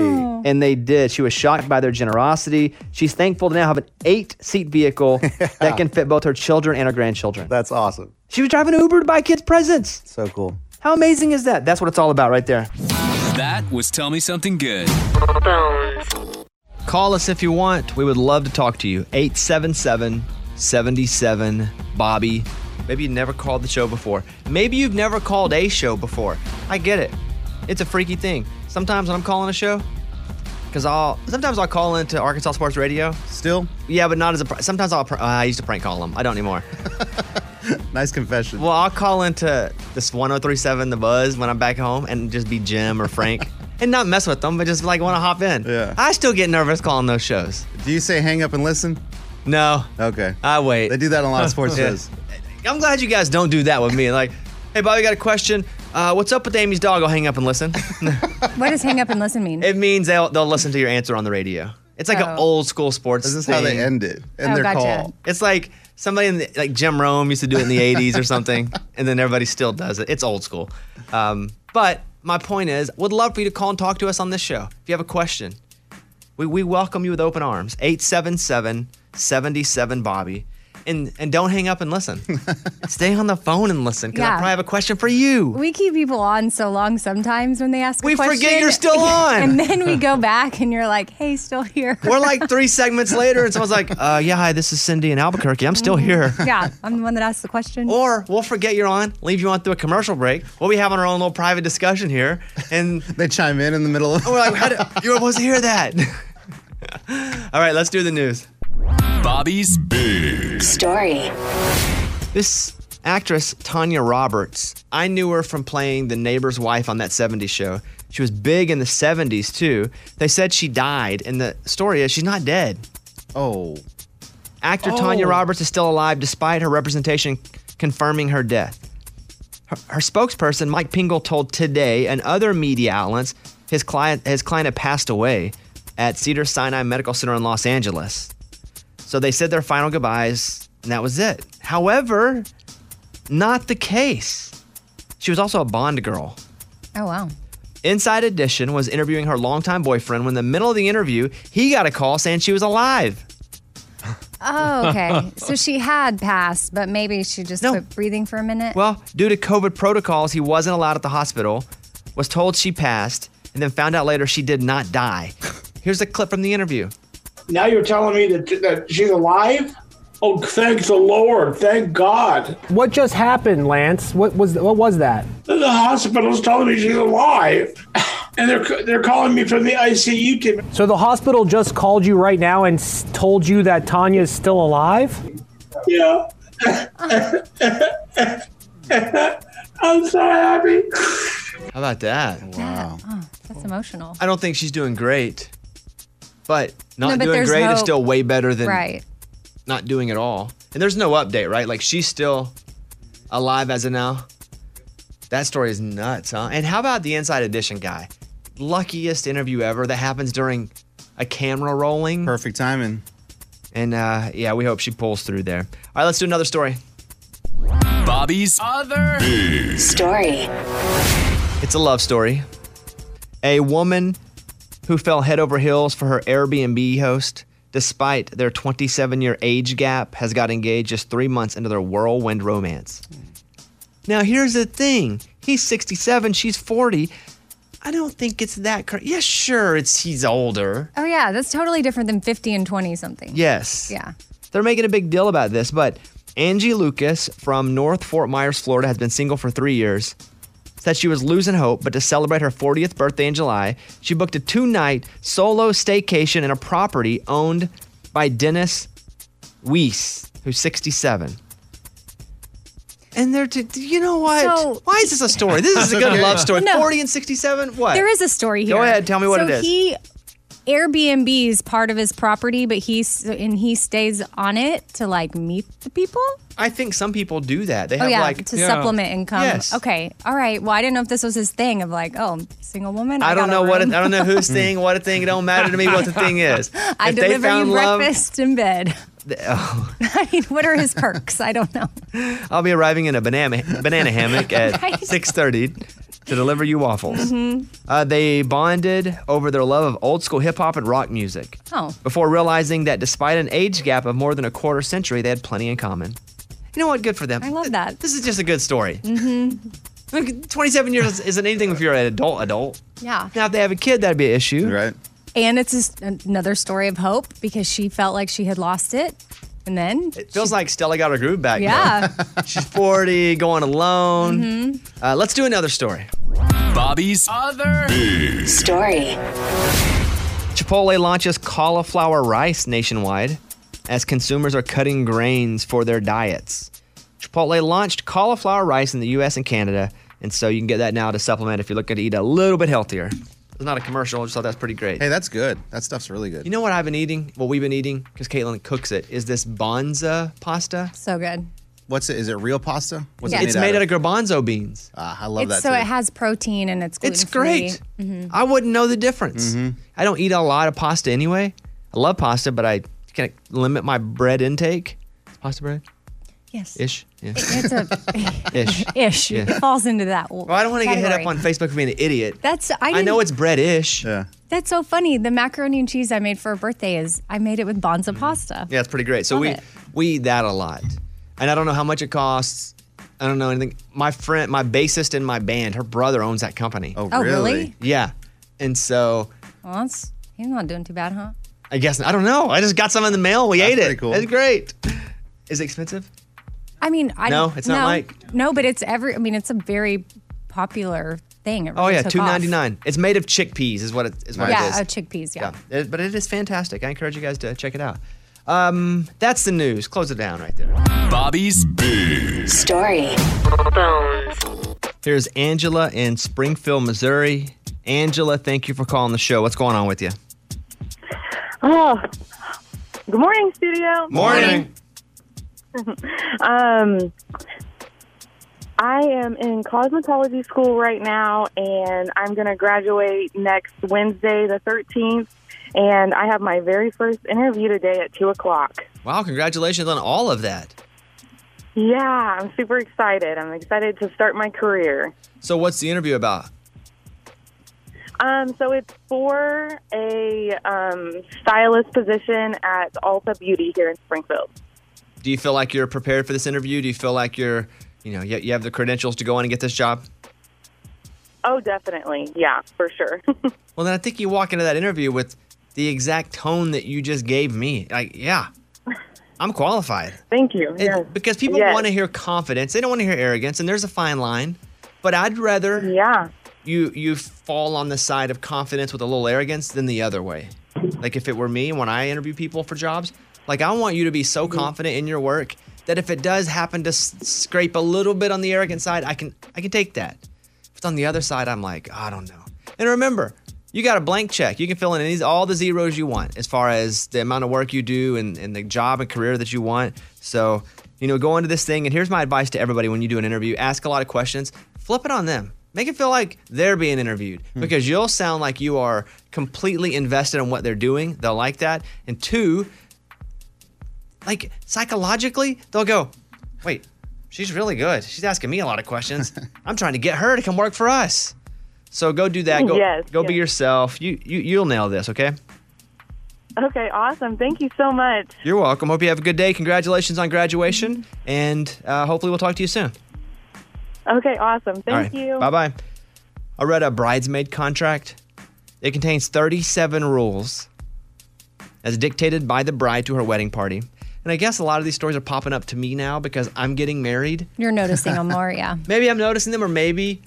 S1: And they did. She was shocked by their generosity. She's thankful to now have an eight seat vehicle that can fit both her children and her grandchildren.
S4: That's awesome.
S1: She was driving Uber to buy kids presents.
S4: So cool.
S1: How amazing is that? That's what it's all about right there.
S15: That was Tell Me Something Good.
S16: Call us if you want. We would love to talk to you. 877 77 Bobby. Maybe you never called the show before. Maybe you've never called a show before. I get it. It's a freaky thing. Sometimes when I'm calling a show, because I'll sometimes I'll call into Arkansas Sports Radio.
S4: Still?
S16: Yeah, but not as a. pr- Sometimes I'll. pr- Uh, I used to prank call them. I don't anymore.
S4: nice confession.
S16: Well, I'll call into this 1037 The Buzz when I'm back home and just be Jim or Frank and not mess with them, but just like want to hop in. Yeah. I still get nervous calling those shows.
S4: Do you say hang up and listen?
S16: No.
S4: Okay.
S16: I Ah, wait.
S4: They do that on a lot of sports
S16: Yeah.
S4: shows.
S16: I'm glad you guys don't do that with me. Like, hey, Bobby, got a question. Uh, what's up with Amy's dog? I'll hang up and listen.
S3: What does hang up and listen mean?
S16: it means they'll, they'll listen to your answer on the radio. It's like an
S3: Oh.
S16: old school sports
S4: This is how they
S16: thing.
S4: end it in
S3: Oh,
S4: their
S3: gotcha.
S4: call.
S16: It's like somebody in the, like Jim Rome used to do it in the 80s or something, and then everybody still does it. It's old school. Um, but my point is, would love for you to call and talk to us on this show. If you have a question, we, we welcome you with open arms. 877 77 Bobby.
S1: and and don't hang up and listen. Stay on the phone and listen because I
S3: Yeah.
S1: probably have a question for you.
S3: We keep people on so long sometimes when they ask.
S1: We
S3: a
S1: forget
S3: question,
S1: you're still on.
S3: and then we go back and you're like, "Hey, still here."
S1: We're like three segments later, and someone's like, uh, "Yeah, hi, this is Cindy in Albuquerque. I'm still here."
S3: yeah, I'm the one that asked the question.
S1: Or we'll forget you're on, leave you on through a commercial break. We'll be having our own little private discussion here, and
S26: they chime in in the middle of.
S1: We're like, How did, "You were supposed to hear that." All right, let's do the news.
S27: Bobby's big
S28: Story.
S1: This actress, Tanya Roberts, I knew her from playing the neighbor's wife on that 70s show. She was big in the 70s too. They said she died, and the story is she's not dead.
S26: Oh.
S1: Actor Tanya
S21: Oh.
S1: Roberts is still alive despite her representation confirming her death. Her, her spokesperson, Mike Pingle, told Today and other media outlets his client, his client had passed away at Cedar Sinai Medical Center in Los Angeles. So they said their final goodbyes, and that was it. However, not the case. She was also a Bond girl.
S3: Oh wow.
S1: Inside Edition was interviewing her longtime boyfriend when, in the middle of the interview, he got a call saying she was alive.
S3: Oh, okay. so she had passed, but maybe she just quit breathing for a minute.
S1: Well, due to COVID protocols, he wasn't allowed at the hospital, was told she passed, and then found out later she did not die. Here's a clip from the interview.
S11: Now you're telling me that, that she's alive? Oh, thank the Lord. Thank God.
S18: What just happened, Lance? What was what was that?
S11: The hospital's telling me she's alive. And they're, they're calling me from the ICU team.
S18: So the hospital just called you right now and s- told you that Tanya is still alive?
S11: Yeah. I'm so happy.
S1: How about that? Wow.
S3: Oh, that's emotional.
S1: I don't think she's doing great, but not
S3: No, but
S1: doing
S3: there's
S1: great is
S3: hope.
S1: still way better than
S3: right.
S1: not doing at all. And there's no update, right? Like she's still alive as of now. That story is nuts, huh? And how about the Inside Edition guy? Luckiest interview ever that happens during a camera rolling.
S26: Perfect timing.
S1: And uh, yeah, we hope she pulls through there. All right, let's do another story.
S27: Bobby's other big
S28: Story.
S1: It's a love story. A woman who fell head over heels for her Airbnb host, despite their 27 year age gap, has got engaged just three months into their whirlwind romance. Now, here's the thing he's 67, she's 40. I don't think it's that crazy. Yeah, sure, it's he's older.
S3: Oh yeah, that's totally different than 50 and 20 something.
S1: Yes.
S3: Yeah.
S1: They're making a big deal about this, but Angie Lucas from North Fort Myers, Florida, has been single for three years. Said she was losing hope, but to celebrate her 40th birthday in July, she booked a two night solo staycation in a property owned by Dennis Weiss, who's 67. And they're, t- you know what?
S3: So-
S1: Why is this a story? This is a good love story.
S3: No.
S1: 40 and 67? What?
S3: There is a story here.
S1: Go ahead, tell me what
S3: so
S1: it is.
S3: he Airbnb's part of his property, but he's and he stays on it to like meet the people.
S1: I think some people do that. They
S3: oh
S1: have
S3: yeah,
S1: like
S3: to supplement income.
S1: Yes.
S3: Okay, all right. Well, I didn't know if this was his thing of like, oh, single woman. I,
S1: I don't
S3: got a
S1: know what it,
S3: room.
S1: I don't know whose thing, what a thing. It don't matter to me what the thing is.
S3: I
S1: If they
S3: deliver
S1: found
S3: you
S1: love,
S3: breakfast in bed.
S1: th- oh,
S3: I mean, what are his perks? I don't know.
S1: I'll be arriving in a banana banana hammock at
S3: Right.
S1: six thirty to deliver you waffles.
S3: hmm
S1: Uh, they bonded over their love of old school hip hop and rock music
S3: Oh,
S1: before realizing that despite an age gap of more than a quarter century, they had plenty in common. You know what? Good for them. I love that. This is just a good story.
S3: hmm
S1: Look, 27 years isn't anything if you're an adult adult.
S3: yeah.
S1: Now, if they have a kid, that'd be an issue.
S26: Right.
S3: And it's just another story of hope because she felt like she had lost it, and then
S1: It feels like Stella got her groove back. though.
S3: yeah.
S1: She's 40, going alone.
S3: Mhm.
S1: Uh, let's do another story. Bobby's other big
S28: Story.
S1: Chipotle launches cauliflower rice nationwide as consumers are cutting grains for their diets. Chipotle launched cauliflower rice in the US and Canada, and so you can get that now to supplement if you're looking to eat a little bit healthier. It's not a commercial, I just thought that's pretty great.
S26: Hey, that's good. That stuff's really good.
S1: You know what I've been eating? What we've been eating, because Caitlin cooks it, is this bonza pasta.
S3: So good.
S26: What's it? Is it real pasta? What's
S3: Yeah.
S26: it
S1: It's made out of garbanzo beans.
S26: Ah, I love
S3: it's,
S26: that.
S3: so
S26: too.
S3: it has protein and it's gluten
S1: It's great.
S3: Mm-hmm.
S1: I wouldn't know the difference. I don't eat a lot of pasta anyway. I love pasta, but I can limit my bread intake. Is pasta bread?
S3: Yes.
S1: Ish. Yeah.
S3: It's a
S1: Ish.
S3: ish.
S1: Yeah.
S3: It falls into that. Well,
S1: I don't want to get hit up on Facebook for being an idiot.
S3: That's I,
S1: I know
S3: didn't-
S1: it's bread ish. Yeah.
S3: That's so funny. The macaroni and cheese I made for her birthday is I made it with bonza pasta.
S1: Mm-hmm. Yeah, it's pretty great. So
S3: Love
S1: we
S3: it.
S1: We eat that a lot, and I don't know how much it costs. I don't know anything. My friend, my bassist in my band, her brother owns that company.
S3: Oh, really? really?
S1: Yeah, and so
S3: Well, that's, he's not doing too bad, huh?
S1: I guess I don't know. I just got some in the mail. We ate it. It's great. Is it expensive?
S3: I mean, I
S1: No, it's not
S3: no,
S1: like-
S3: no, but it's every. I mean, it's a very popular thing. It
S1: Oh
S3: really
S1: yeah,
S3: took
S1: two ninety
S3: off.
S1: nine. It's made of chickpeas, is what it is. What
S3: yeah,
S1: it is.
S3: oh, chickpeas. Yeah.
S1: It- but it is fantastic. I encourage you guys to check it out. Um, that's the news. Close it down right there.
S11: Bobby's Big
S29: Story.
S1: Here's Angela in Springfield, Missouri. Angela, thank you for calling the show. What's going on with you?
S30: Oh, good morning, studio.
S1: Morning.
S30: um, I am in cosmetology school right now, and I'm going to graduate next Wednesday, the 13th. And I have my very first interview today at 2 o'clock.
S1: Wow, congratulations on all of that.
S30: Yeah, I'm super excited. I'm excited to start my career.
S1: So, what's the interview about?
S30: Um, so it's for a um, stylist position at Alta Beauty here in Springfield.
S1: Do you feel like you're prepared for this interview? Do you feel like you're, you know, you, you have the credentials to go in and get this job?
S30: Oh, definitely. Yeah, for sure.
S1: Well, then I think you walk into that interview with the exact tone that you just gave me. Like, yeah, I'm qualified.
S30: Thank you.
S1: yes. Because people
S30: Yes.
S1: want to hear confidence, they don't want to hear arrogance, and there's a fine line. But I'd rather
S30: yeah
S1: you you fall on the side of confidence with a little arrogance than the other way. Like if it were me, when I interview people for jobs, like I want you to be so
S30: Mm-hmm.
S1: confident in your work that if it does happen to s- scrape a little bit on the arrogant side, I can I can take that. If it's on the other side, I'm like I don't know. And remember, you got a blank check. You can fill in any, all the zeros you want as far as the amount of work you do and, and the job and career that you want. So, you know, go into this thing. And here's my advice to everybody when you do an interview ask a lot of questions, flip it on them. Make it feel like they're being interviewed because you'll sound like you are completely invested in what they're doing. They'll like that. And two, like psychologically, they'll go, wait, she's really good. She's asking me a lot of questions. I'm trying to get her to come work for us. So go do that. Go,
S30: Yes,
S1: go be yourself. You, you you'll nail this. Okay.
S30: Okay, awesome. Thank you so much.
S1: You're welcome. Hope you have a good day. Congratulations on graduation, and uh, hopefully we'll talk to you soon.
S30: Okay, awesome. Thank you.
S1: Bye bye. I read a bridesmaid contract. It contains 37 rules as dictated by the bride to her wedding party. And I guess a lot of these stories are popping up to me now because I'm getting married.
S3: You're noticing them more, yeah.
S1: Maybe I'm noticing them, or maybe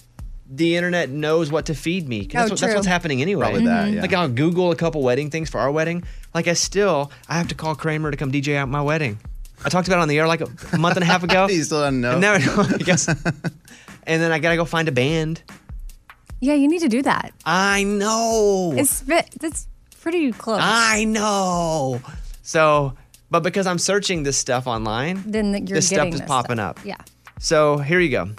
S1: the internet knows what to feed me. 'Cause That's,
S3: Oh,
S1: what, that's
S3: true.
S1: what's happening anyway.
S3: Probably that, Mhm. yeah.
S1: Like I'll Google a couple wedding things for our wedding. Like I still, I have to call Kramer to come DJ out my wedding. I talked about it on the air like a month and a half ago. you still don't know. And now I know, I guess. And then I gotta go find a band.
S3: Yeah, you need to do that.
S1: I know.
S3: It's fit. That's pretty close.
S1: I know. So, but because I'm searching this stuff online,
S3: Then that you're
S1: this stuff
S3: getting
S1: is
S3: this
S1: popping
S3: stuff.
S1: up.
S3: Yeah.
S1: So here you go.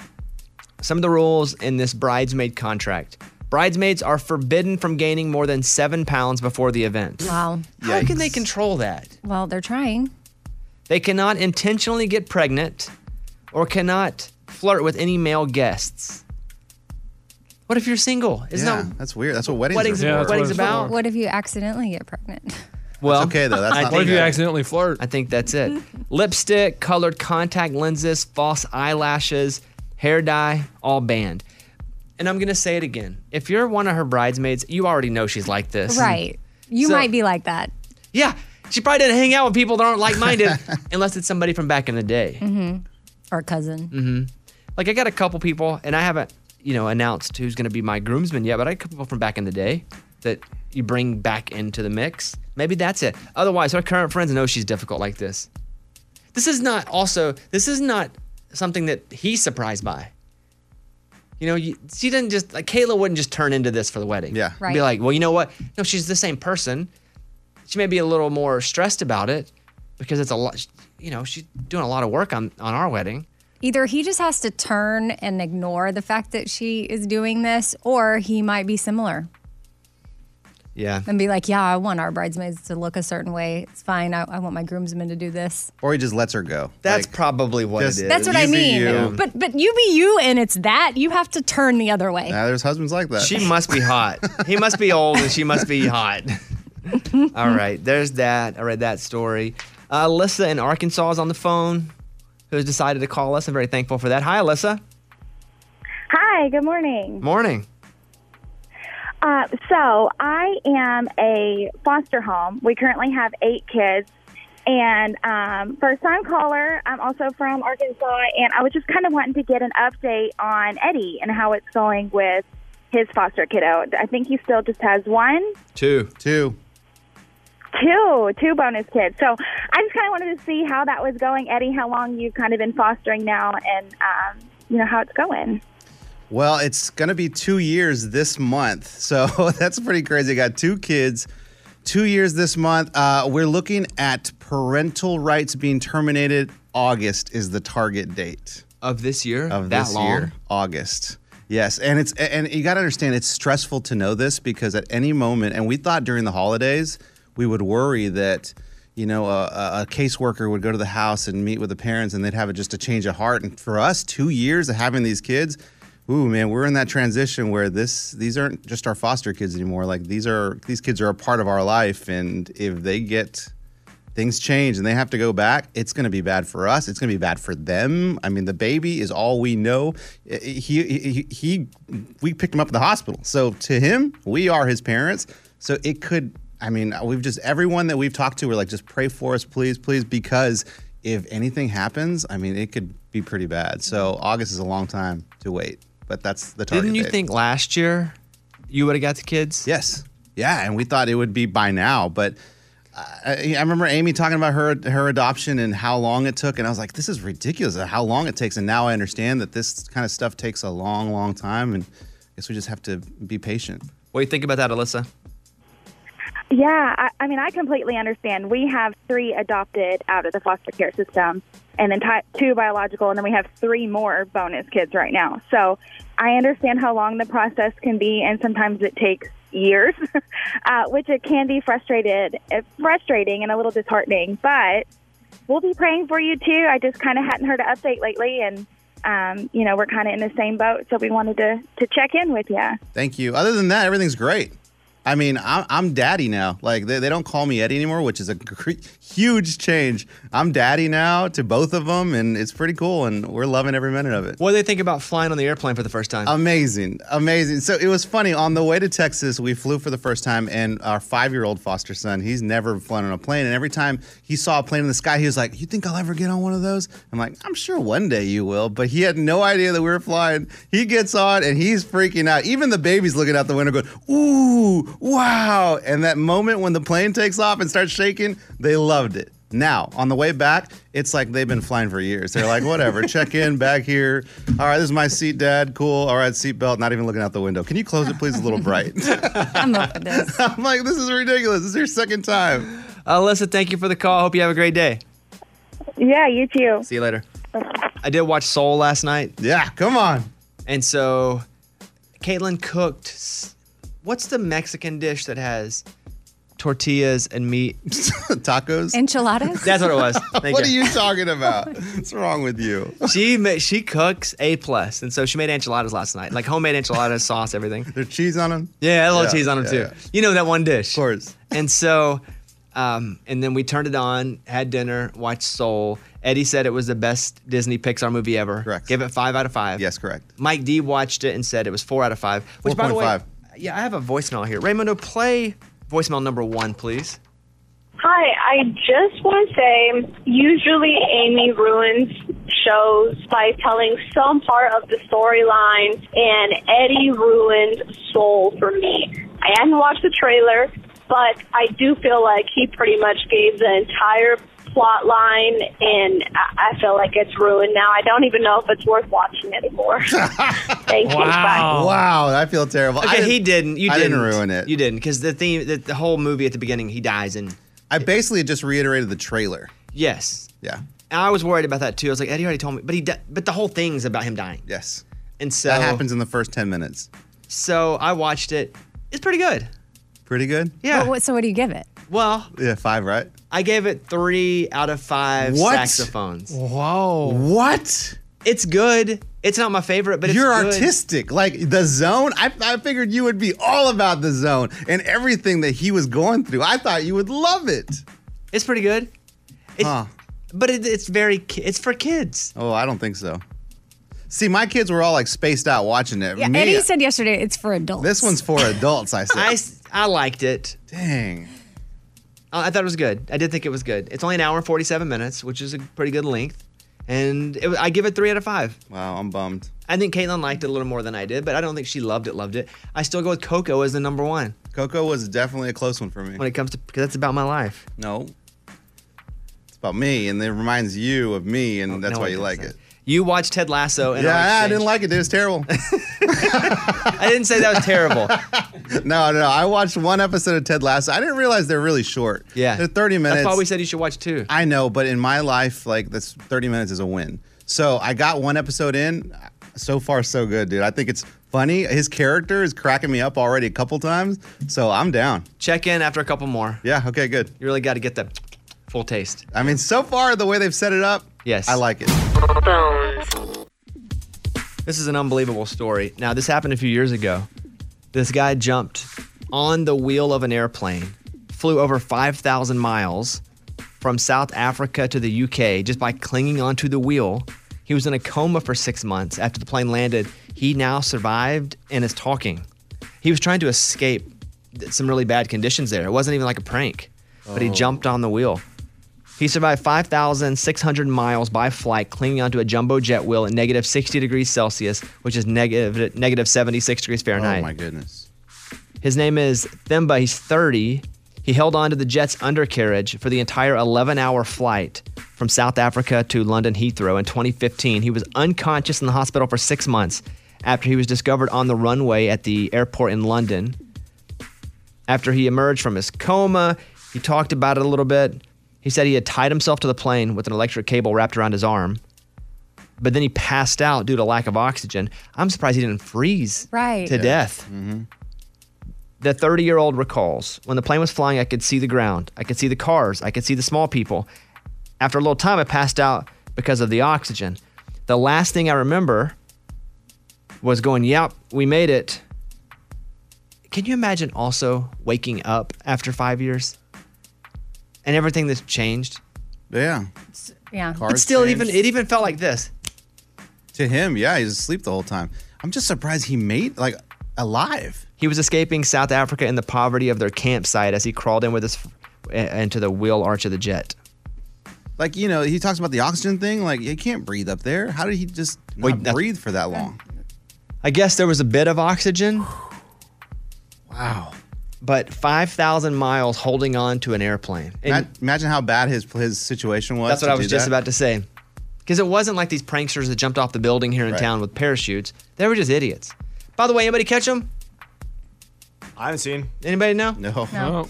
S1: Some of the rules in this bridesmaid contract. Bridesmaids are forbidden from gaining more than seven pounds before the event.
S3: Wow.
S1: How can they control that?
S3: Well, they're trying.
S1: They cannot intentionally get pregnant or cannot flirt with any male guests. What if you're single? Isn't
S3: Yeah,
S1: that
S4: that's weird. That's what weddings
S1: weddings,
S4: are for.
S1: weddings about?
S3: What if you accidentally get pregnant?
S1: Well,
S4: okay, though. That's
S1: I
S4: not
S1: think-
S4: bad.
S1: accidentally flirt? I think that's it. Lipstick, colored contact lenses, false eyelashes, hair dye, all banned. And I'm gonna say it again. If you're one of her bridesmaids, you already know she's like this,
S3: Right. You
S1: So-
S3: might be like that.
S1: Yeah, she probably didn't hang out with people that aren't like-minded, unless it's somebody from back in the day.
S3: Mm-hmm. Or cousin.
S1: Mm-hmm. Like I got a couple people, and I haven't, you know, announced who's going to be my groomsman yet, but I got a couple people from back in the day that you bring back into the mix. Maybe that's it. Otherwise, her current friends know she's difficult like this. This is not also. This is not something that he's surprised by. You know, you, she didn't just like Kayla wouldn't just turn into this for the wedding. Yeah,
S4: Right.
S1: be like, well, you know what? No, she's the same person. She may be a little more stressed about it because it's a lot. You know, she's doing a lot of work on on our wedding.
S3: Either he just has to turn and ignore the fact that she is doing this, or he might be similar
S1: Yeah.
S3: and be like, yeah, I want our bridesmaids to look a certain way. It's fine. I, I want my groomsmen to do this.
S4: Or he just lets her go.
S1: That's probably what
S4: just,
S1: it is.
S3: That's what I mean. But but you be you, and it's that you have to turn the other way.
S4: there's husbands like that.
S1: She must be hot. he must be old and she must be hot. All right, there's that. I read that story. Uh, Alyssa in Arkansas is on the phone, who has decided to call us. I'm very thankful for that. Hi, Alyssa.
S13: Hi, good morning.
S1: Morning.
S13: Uh, so I am a foster home. We currently have eight kids. And um, first time caller, I'm also from Arkansas. And I was just kind of wanting to get an update on Eddie and how it's going with his foster kiddo. I think he still just has one.
S1: Two.
S4: Two.
S13: Two, two bonus kids. So I just kind of wanted to see how that was going, Eddie. How long you've kind of been fostering now, and um, you know how it's going.
S4: Well, it's going to be two years this month. So that's pretty crazy. I got two kids, two years this month. Uh, we're looking at parental rights being terminated. August is the target date
S1: of this year.
S4: Of
S1: That
S4: this
S1: long?
S4: year, August. Yes, and it's and you got to understand it's stressful to know this because at any moment, and we thought during the holidays we would worry that you know a, a- a caseworker would go to the house and meet with the parents and they'd have just a change of heart. And for us, two years of having these kids, ooh man, we're in that transition where this these aren't just our foster kids anymore. Like these are these kids are a part of our life, and if they get things change and they have to go back, it's going to be bad for us. It's going to be bad for them. I mean, the baby is all we know. I- I- He, he, he, we picked him up at the hospital. So to him, we are his parents. So it could, I mean, we've just, everyone that we've talked to, we're like, just pray for us, please, please, because if anything happens, I mean, it could be pretty bad. So August is a long time to wait, but that's the target.
S1: Didn't you
S4: date.
S1: think last year you would have got the kids?
S4: Yes. Yeah, and we thought it would be by now, but uh, I, I remember Amy talking about her her adoption and how long it took, and I was like, "This is ridiculous! How long it takes!" And now I understand that this kind of stuff takes a long, long time, and I guess we just have to be patient.
S1: What do you think about that, Alyssa?
S13: Yeah, I, I mean, I completely understand. We have three adopted out of the foster care system, and then ti two biological, and then we have three more bonus kids right now. So I understand how long the process can be, and sometimes it takes years, uh, which it can be frustrated, uh, frustrating and a little disheartening. But we'll be praying for you too. I just kind of hadn't heard an update lately, and um, you know, we're kind of in the same boat, so we wanted to to check in with you.
S4: Thank you. Other than that, everything's great. I mean, I'm, I'm daddy now. Like, they, they don't call me Eddie anymore, which is a gr- huge change. I'm daddy now to both of them, and it's pretty cool, and we're loving every minute of it.
S1: What do they think about flying on the airplane for the first time?
S4: Amazing, amazing. So it was funny. On the way to Texas, we flew for the first time, and our five-year-old foster son, he's never flown on a plane, and every time he saw a plane in the sky, he was like, "You think I'll ever get on one of those?" I'm like, "I'm sure one day you will," but he had no idea that we were flying. He gets on, and he's freaking out. Even the baby's looking out the window, going, "Ooh, wow!" And that moment when the plane takes off and starts shaking, they loved it. Now, on the way back, it's like they've been flying for years. They're like, whatever, check in, back here. All right, this is my seat, Dad. Cool. All right, seatbelt. Not even looking out the window. Can you close it, please? It's a little bright.
S3: I'm up for this.
S4: I'm like, this is ridiculous. This is your second time.
S1: Alyssa, thank you for the call. Hope you have a great day.
S13: Yeah, you too.
S1: See you later. I did watch Soul last night.
S4: Yeah, come on.
S1: And so, Caitlin cooked. s- What's the Mexican dish that has tortillas and meat?
S4: Tacos.
S3: Enchiladas?
S1: That's what it was. Thank
S4: what are you talking about? What's wrong with you?
S1: She ma- she cooks a plus, and so she made enchiladas last night, like homemade enchiladas, sauce, everything.
S4: There's cheese on them.
S1: Yeah, a little
S4: Yeah,
S1: cheese on them
S4: yeah, yeah.
S1: too. You know that one dish, of
S4: course.
S1: And so, um, and then we turned it on, had dinner, watched Soul. Eddie said it was the best Disney Pixar movie ever. Correct. Give it five out of five. Yes,
S4: correct.
S1: Mike D watched it and said it was four out of five. Which, by the way,
S4: 4.5.
S1: yeah, I have a voicemail here. Raymondo, play voicemail number one, please.
S23: Hi, I just want to say usually Amy ruins shows by telling some part of the storyline, and Eddie ruined Soul for me. I hadn't watched the trailer, but I do feel like he pretty much gave the entire plot line, and I I feel like it's ruined now. I don't even know if it's worth watching anymore. Thank you. Bye.
S4: Wow, I feel terrible. I
S1: Okay,
S4: didn't-
S1: he didn't. You
S4: I
S1: didn't.
S4: didn't ruin it.
S1: You didn't, because the theme, the, the whole movie at the beginning, he dies, and
S4: I basically just reiterated the trailer.
S1: yes,
S4: Yeah.
S1: And I was worried about that too. I was like, Eddie already told me, but he, di- but the whole thing's about him dying.
S4: Yes.
S1: And so
S4: that happens in the first 10 minutes.
S1: So I watched it. It's pretty good.
S4: Pretty good?
S1: Yeah.
S3: But what, so what do you give it?
S1: Well,
S4: Yeah, five, right?
S1: I gave it three out of five
S4: What?
S1: saxophones.
S4: Whoa. What?
S1: It's good. It's not my favorite, but it's
S4: You're
S1: good.
S4: artistic. Like the zone, I, I figured you would be all about the zone and everything that he was going through. I thought you would love it.
S1: It's pretty good. It, But it, it's very ki- it's for kids.
S4: Oh, I don't think so. See, my kids were all like spaced out watching it.
S3: Yeah,
S4: Me,
S3: Eddie said yesterday it's for adults.
S4: this one's for adults. I said.
S1: I, s- I liked it.
S4: Dang.
S1: I I thought it was good. I did think it was good. It's only an hour and 47 minutes, which is a pretty good length. And it, wa- I give it three out of five.
S4: Wow, I'm bummed.
S1: I think Caitlin liked it a little more than I did, but I don't think she loved it, loved it. I still go with Coco as the number one.
S4: Coco was definitely a close one for me.
S1: When it comes to, because that's about my life.
S4: No. It's about me, and it reminds you of me, and that's
S1: Oh, no
S4: why
S1: one
S4: you
S1: thinks
S4: like
S1: that.
S4: it.
S1: You watched Ted Lasso and
S4: yeah,
S1: our
S4: I
S1: exchange-
S4: didn't like it. It was terrible.
S1: I didn't say that was terrible.
S4: no, no, I watched one episode of Ted Lasso. I didn't realize they're really short.
S1: Yeah.
S4: they're 30 minutes.
S1: That's why we said you should watch two.
S4: I know, but in my life, like that's 30 minutes is a win. So I got one episode in. So far, so good, dude. I think it's funny. His character is cracking me up already a couple times, so I'm down.
S1: Check in after a couple more.
S4: Yeah. Okay. Good.
S1: You really got to get that full taste.
S4: I mean, so far the way they've set it up,
S1: Yes.
S4: I like it.
S1: This is an unbelievable story. Now, this happened a few years ago. This guy jumped on the wheel of an airplane, flew over 5,000 miles from South Africa to the UK just by clinging onto the wheel. He was in a coma for six months after the plane landed. He now survived and is talking. He was trying to escape th- some really bad conditions there. It wasn't even like a prank, but he
S31: Oh.
S1: jumped on the wheel. He survived 5,600 miles by flight, clinging onto a jumbo jet wheel at negative 60 degrees Celsius, which is negative negative 76 degrees Fahrenheit.
S4: Oh my goodness.
S1: His name is Thimba. He's 30. He held on to the jet's undercarriage for the entire 11 hour flight from South Africa to London Heathrow in 2015. He was unconscious in the hospital for six months after he was discovered on the runway at the airport in London. After he emerged from his coma, he talked about it a little bit. He said he had tied himself to the plane with an electric cable wrapped around his arm, but then he passed out due to lack of oxygen. I'm surprised he didn't freeze
S3: Right.
S1: to death. The 30 year old recalls when the plane was flying, I could see the ground, I could see the cars, I could see the small people. After a little time, I passed out because of the oxygen. The last thing I remember was going, Yep, we made it. Can you imagine also waking up after five years and everything that's changed?
S4: Yeah.
S3: Yeah.
S1: but still, even it even felt like this.
S4: To him, yeah, he's asleep the whole time. I'm just surprised he made like alive.
S1: He was escaping South Africa in the poverty of their campsite as he crawled in with his eh, into the wheel arch of the jet.
S4: Like you know, he talks about the oxygen thing. Like you can't breathe up there. How did he just not breathe for that long?
S1: I guess there was a bit of oxygen. Wow. But 5,000 miles holding on to an airplane.
S4: Ma- imagine how bad his his situation was.
S1: That's what
S4: to
S1: I
S4: do
S1: was just
S4: that.
S1: about to say. Because it wasn't like these pranksters that jumped off the building here in
S4: Right.
S1: town with parachutes. They were just idiots. By the way, anybody catch them?
S21: I haven't seen.
S1: Anybody know?
S4: No.
S1: Oh,
S21: No.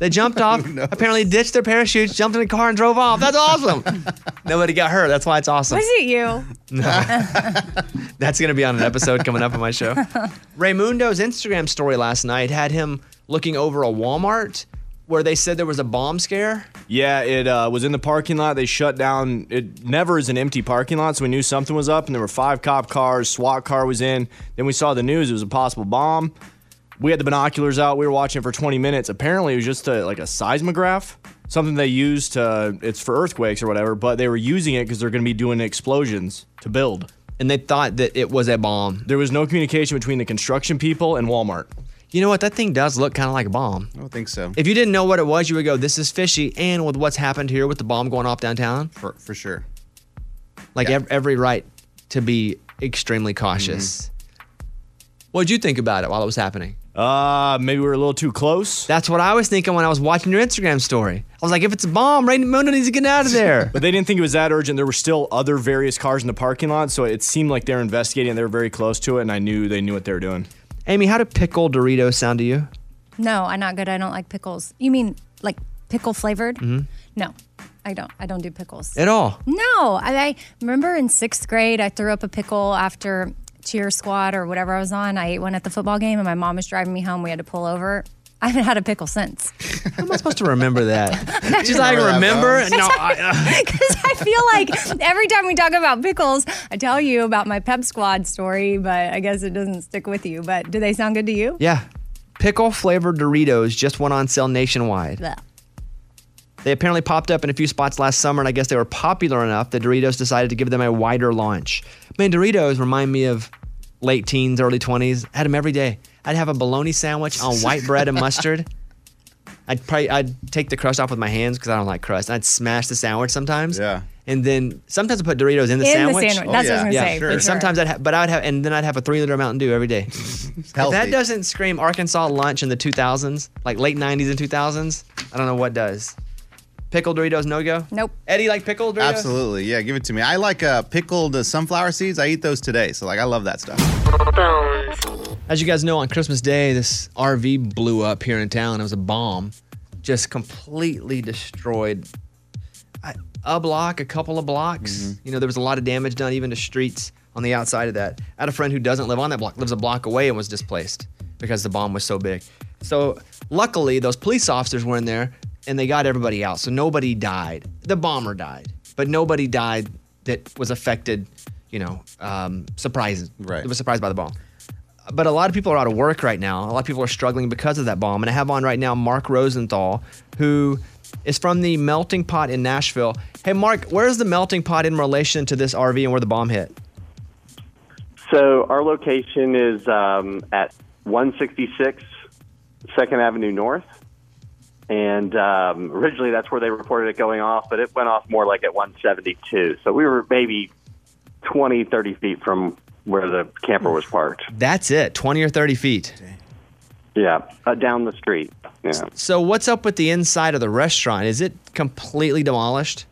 S1: They jumped off, apparently ditched their parachutes, jumped in a car, and drove off. That's awesome. Nobody got hurt. That's why it's awesome.
S3: Was it you?
S1: That's going to be on an episode coming up on my show. Raymundo's Instagram story last night had him looking over a Walmart where they said there was a bomb scare.
S21: Yeah, it uh, was in the parking lot. They shut down. It never is an empty parking lot, so we knew something was up. And there were five cop cars. SWAT car was in. Then we saw the news. It was a possible bomb. We had the binoculars out. We were watching for 20 minutes. Apparently, it was just a, like a seismograph, something they use to. It's for earthquakes or whatever. But they were using it because they're going to be doing explosions to build.
S1: And they thought that it was a bomb.
S21: There was no communication between the construction people and Walmart.
S1: You know what? That thing does look kind of like a bomb.
S4: I don't think so.
S1: If you didn't know what it was, you would go, this is fishy. And with what's happened here with the bomb going off downtown,
S4: for, for sure.
S1: Like ev- every right to be extremely cautious. What'd you think about it while it was happening?
S21: Uh, maybe we were a little too close.
S1: That's what I was thinking when I was watching your Instagram story. I was like, if it's a bomb, Raymundo needs to get out of there.
S21: but they didn't think it was that urgent. There were still other various cars in the parking lot, so it seemed like they're investigating. They were very close to it, and I knew they knew what they were doing.
S1: Amy, how do pickle Doritos sound to you?
S3: No, I'm not good. I don't like pickles. You mean like pickle flavored?
S1: Mm-hmm.
S3: No, I don't. I don't do pickles.
S1: At all.
S3: No, I, I remember in sixth grade, I threw up a pickle after cheer squad or whatever I was on. I ate one at the football game, and my mom was driving me home. We had to pull over. I haven't had a pickle since.
S1: How am I supposed to remember that? She's like,
S32: Remember that,
S1: remember?
S32: Mom?
S1: No, I, uh,
S3: Because I feel like every time we talk about pickles, I tell you about my pep squad story, but I guess it doesn't stick with you. But do they sound good to you?
S1: Yeah. Pickle flavored Doritos just went on sale nationwide.
S3: Blech.
S1: They apparently popped up in a few spots last summer, and I guess they were popular enough that Doritos decided to give them a wider launch. Man, Doritos remind me of late teens, early 20s. I had them every day. I'd have a bologna sandwich on white bread and mustard. I'd probably I'd take the crust off with my hands because I don't like crust. I'd smash the sandwich sometimes. Yeah. And then sometimes I put Doritos in the
S3: In the
S1: sandwich. Oh,
S3: sandwich. That's what I was gonna say, for
S1: And
S3: sure.
S1: sometimes I'd ha- but I'd have and then I'd have a three liter Mountain Dew every day. If that
S3: healthy.
S1: doesn't scream Arkansas lunch in the 2000s, like late 90s and 2000s. I don't know what does. Pickled Doritos no go. Nope. Eddie like pickled Doritos.
S4: Absolutely. Yeah, give it to me. I like uh, pickled uh, sunflower seeds. I eat those today. So, like, I love that stuff.
S1: As you guys know, on Christmas Day, this RV blew up here in town. It was a bomb, just completely destroyed I- a block, a couple of blocks. You know, there was a lot of damage done, even to streets on the outside of that. I had a friend who doesn't live on that block, lives a block away, and was displaced because the bomb was so big. So, luckily, those police officers were in there and they got everybody out. So, nobody died. The bomber died, but nobody died that was affected, you know, um, surprised. Right. It was surprised by the bomb but a lot of people are out of work right now. A lot of people are struggling because of that bomb. And I have on right now Mark Rosenthal, who is from the Melting Pot in Nashville. Hey, Mark, where's the Melting Pot in relation to this RV and where the bomb hit?
S18: So our location is um, at 166 Second Avenue North, and um, originally that's where they reported it going off, but it went off more like at 172. So we were maybe 20, 30 feet from where the camper was parked.
S1: That's it, 20 or 30 feet.
S18: Yeah, uh, down the street. Yeah.
S1: So, what's up with the inside of the restaurant? Is it completely demolished?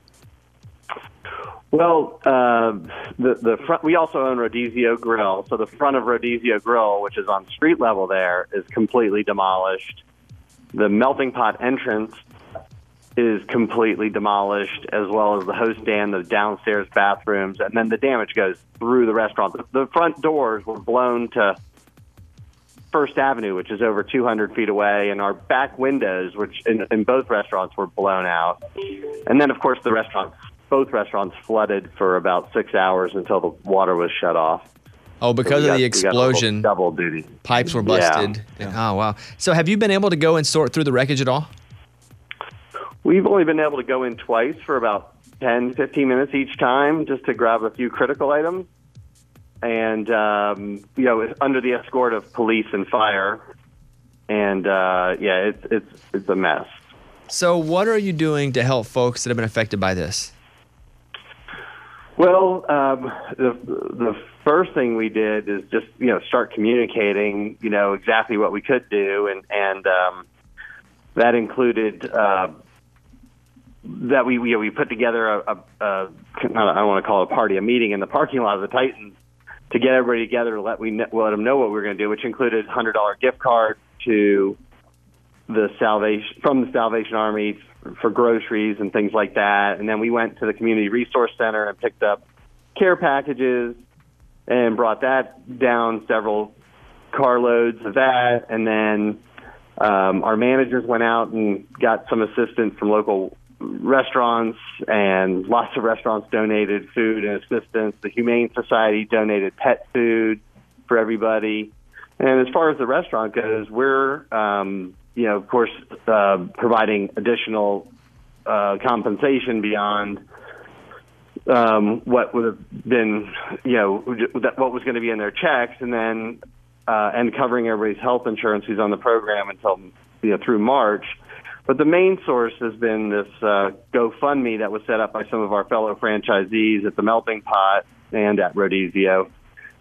S18: Well, uh, the the front. We also own Rodizio Grill, so the front of Rodizio Grill, which is on street level, there is completely demolished. The melting pot entrance is completely demolished, as well as the host stand, the downstairs bathrooms, and then the damage goes through the restaurant. The, the front doors were blown to First Avenue, which is over 200 feet away, and our back windows, which in, in both restaurants were blown out. And then, of course, the restaurants, both restaurants flooded for about six hours until the water was shut off.
S1: Oh, because
S18: So we
S1: of the
S18: got- we got a little
S1: explosion,
S18: double duty.
S1: pipes were
S18: Yeah.
S1: busted. And- oh, wow. So, have you been able to go and sort through the wreckage at all?
S18: We've only been able to go in twice for about 10, 15 minutes each time just to grab a few critical items. And, um, you know, it's under the escort of police and fire. And, uh, yeah, it's, it's, it's a mess.
S1: So, what are you doing to help folks that have been affected by this?
S18: Well, um, the the first thing we did is just you know start communicating you know exactly what we could do, and and um, that included uh, that we you know, we put together a, a, a I don't want to call it a party, a meeting in the parking lot of the Titans to get everybody together, let we kn- let them know what we were going to do, which included hundred dollar gift card to the salvation from the Salvation Army for groceries and things like that. And then we went to the community resource center and picked up care packages and brought that down several carloads of that. And then um, our managers went out and got some assistance from local restaurants, and lots of restaurants donated food and assistance. The Humane Society donated pet food for everybody. And as far as the restaurant goes, we're, um, you know, of course, uh, providing additional uh, compensation beyond um, what would have been, you know, that- what was going to be in their checks, and then uh, and covering everybody's health insurance who's on the program until you know through March. But the main source has been this uh, GoFundMe that was set up by some of our fellow franchisees at the Melting Pot and at Rodizio,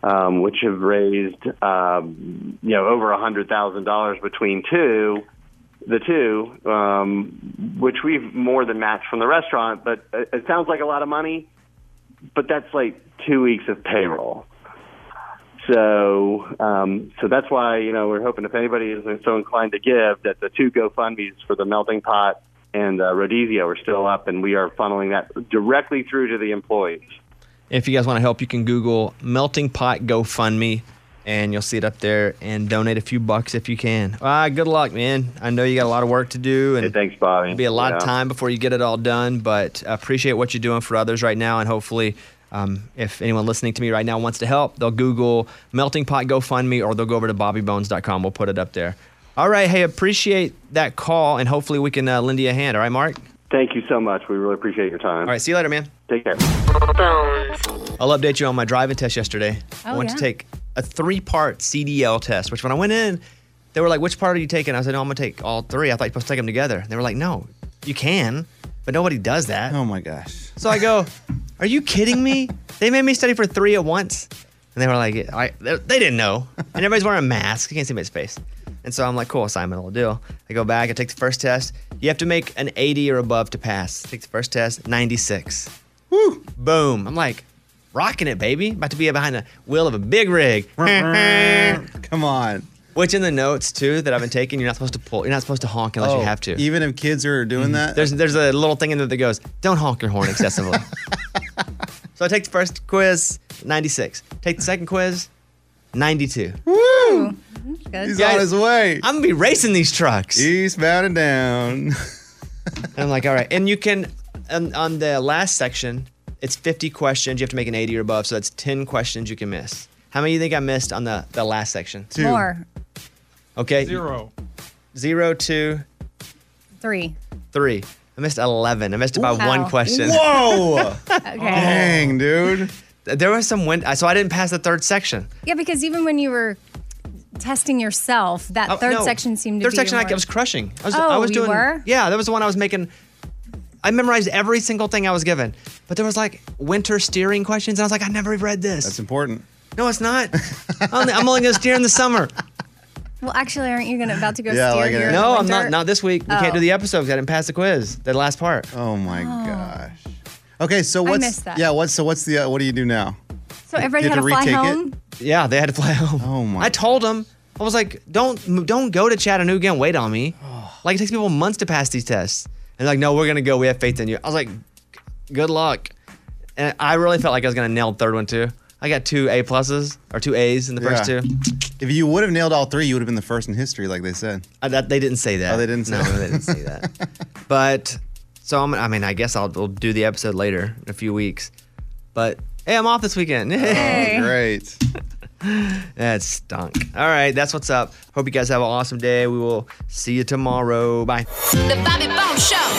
S18: um, which have raised um, you know over a hundred thousand dollars between two the two, um, which we've more than matched from the restaurant. But it it sounds like a lot of money, but that's like two weeks of payroll. So, um, so that's why you know we're hoping if anybody is so inclined to give, that the two GoFundmes for the melting pot and uh, Rodizio are still up, and we are funneling that directly through to the employees.
S1: If you guys want to help, you can Google Melting Pot GoFundMe and you'll see it up there and donate a few bucks if you can. Ah, good luck, man. I know you got a lot of work to do and
S18: thanks, Bobby.
S1: It'll be a lot of
S18: Yeah.
S1: time before you get it all done, but I appreciate what you're doing for others right now and hopefully um, if anyone listening to me right now wants to help, they'll Google Melting Pot GoFundMe or they'll go over to bobbybones.com. We'll put it up there. All right. Hey, appreciate that call and hopefully we can uh, lend you a hand. All right, Mark?
S33: Thank you so much. We really appreciate your time. All
S1: right, see you later, man.
S33: Take care.
S1: I'll update you on my driving test yesterday. I
S33: Oh,
S1: went
S33: yeah.
S1: to take a three part CDL test, which when I went in, they were like, which part are you taking? I said, no, I'm going to take all three. I thought you were supposed to take them together. And they were like, no, you can, but nobody does that. Oh
S4: my gosh.
S1: So I go, are you kidding me? they made me study for three at once. And they were like, I, they they didn't know. And everybody's wearing a mask. You can't see my face. And so I'm like, cool, assignment, I'll do. I go back, I take the first test. You have to make an 80 or above to pass. Take the first test, 96. Woo! Boom. I'm like, rocking it, baby. About to be behind the wheel of a big rig. Come
S4: on.
S1: Which in the notes too that I've been taking, you're not supposed to pull. You're not supposed to honk unless
S4: Oh,
S1: you have to.
S4: Even if kids are doing
S1: Mhm.
S4: that?
S1: There's there's a little thing in there that goes, don't honk your horn excessively. so I take the first quiz, 96. Take the second quiz, 92.
S3: Woo!
S1: He's
S4: on his way.
S1: I'm gonna be racing these trucks.
S4: Eastbound and down.
S1: and I'm like, all right. And you can on, on the last section, it's 50 questions. You have to make an 80 or above, so that's 10 questions you can miss. How many do you think I missed on the the last section?
S3: More.
S1: Okay.
S34: Zero.
S1: Zero, two,
S3: Three.
S1: three. I missed 11. I missed it by
S3: Wow.
S1: one question.
S3: Whoa! Okay.
S4: Dang, dude.
S1: There was some wind. So I didn't pass the third section.
S3: Yeah, because even when you were testing yourself, that
S1: Oh,
S3: third
S1: no.
S3: section seemed to
S1: third
S3: be
S1: section
S3: more...
S1: I, I was crushing. I was,
S3: Oh,
S1: I was
S3: you
S1: doing.
S3: were?
S1: Yeah, that was the one I was making. I memorized every single thing I was given, but there was like winter steering questions, and I was like, I never read this. That's
S4: important.
S1: No, it's not. I'm only- I'm only going to steer in the summer.
S3: Well, actually, aren't you gonna about to go steer your
S1: No, I'm not.
S3: winter?
S1: Not this week. We can't do
S3: Oh.
S1: the episode because I didn't pass the quiz. The last part.
S4: Oh my gosh. Okay, so
S3: I
S4: what's
S3: missed that.
S4: yeah? What's so what's the uh, what do you do now?
S3: So everybody
S4: You
S3: had
S4: have
S3: to
S4: to
S3: fly
S4: retake it?
S3: home.
S1: Yeah, they had to fly home.
S4: Oh my!
S1: I told them I was like, don't don't go to Chattanooga and wait on me. Like it takes people months to pass these tests, and they're like, no, we're gonna go. We have faith in you. I was like, good luck. And I really felt like I was gonna nail the third one too. I got two A pluses or two A's in the first
S4: Yeah.
S1: two.
S4: If you would have nailed all three, you would have been the first in history, like they said.
S1: Uh, that, they didn't say that.
S4: Oh, they didn't say
S1: No,
S4: that.
S1: they didn't say that. But so I'm, I mean, I guess I'll we'll do the episode later in a few weeks. But hey, I'm off this weekend.
S4: Hey. Oh, great.
S1: that stunk. All right, that's what's up. Hope you guys have an awesome day. We will see you tomorrow. Bye.
S11: The Bobby Bone Show.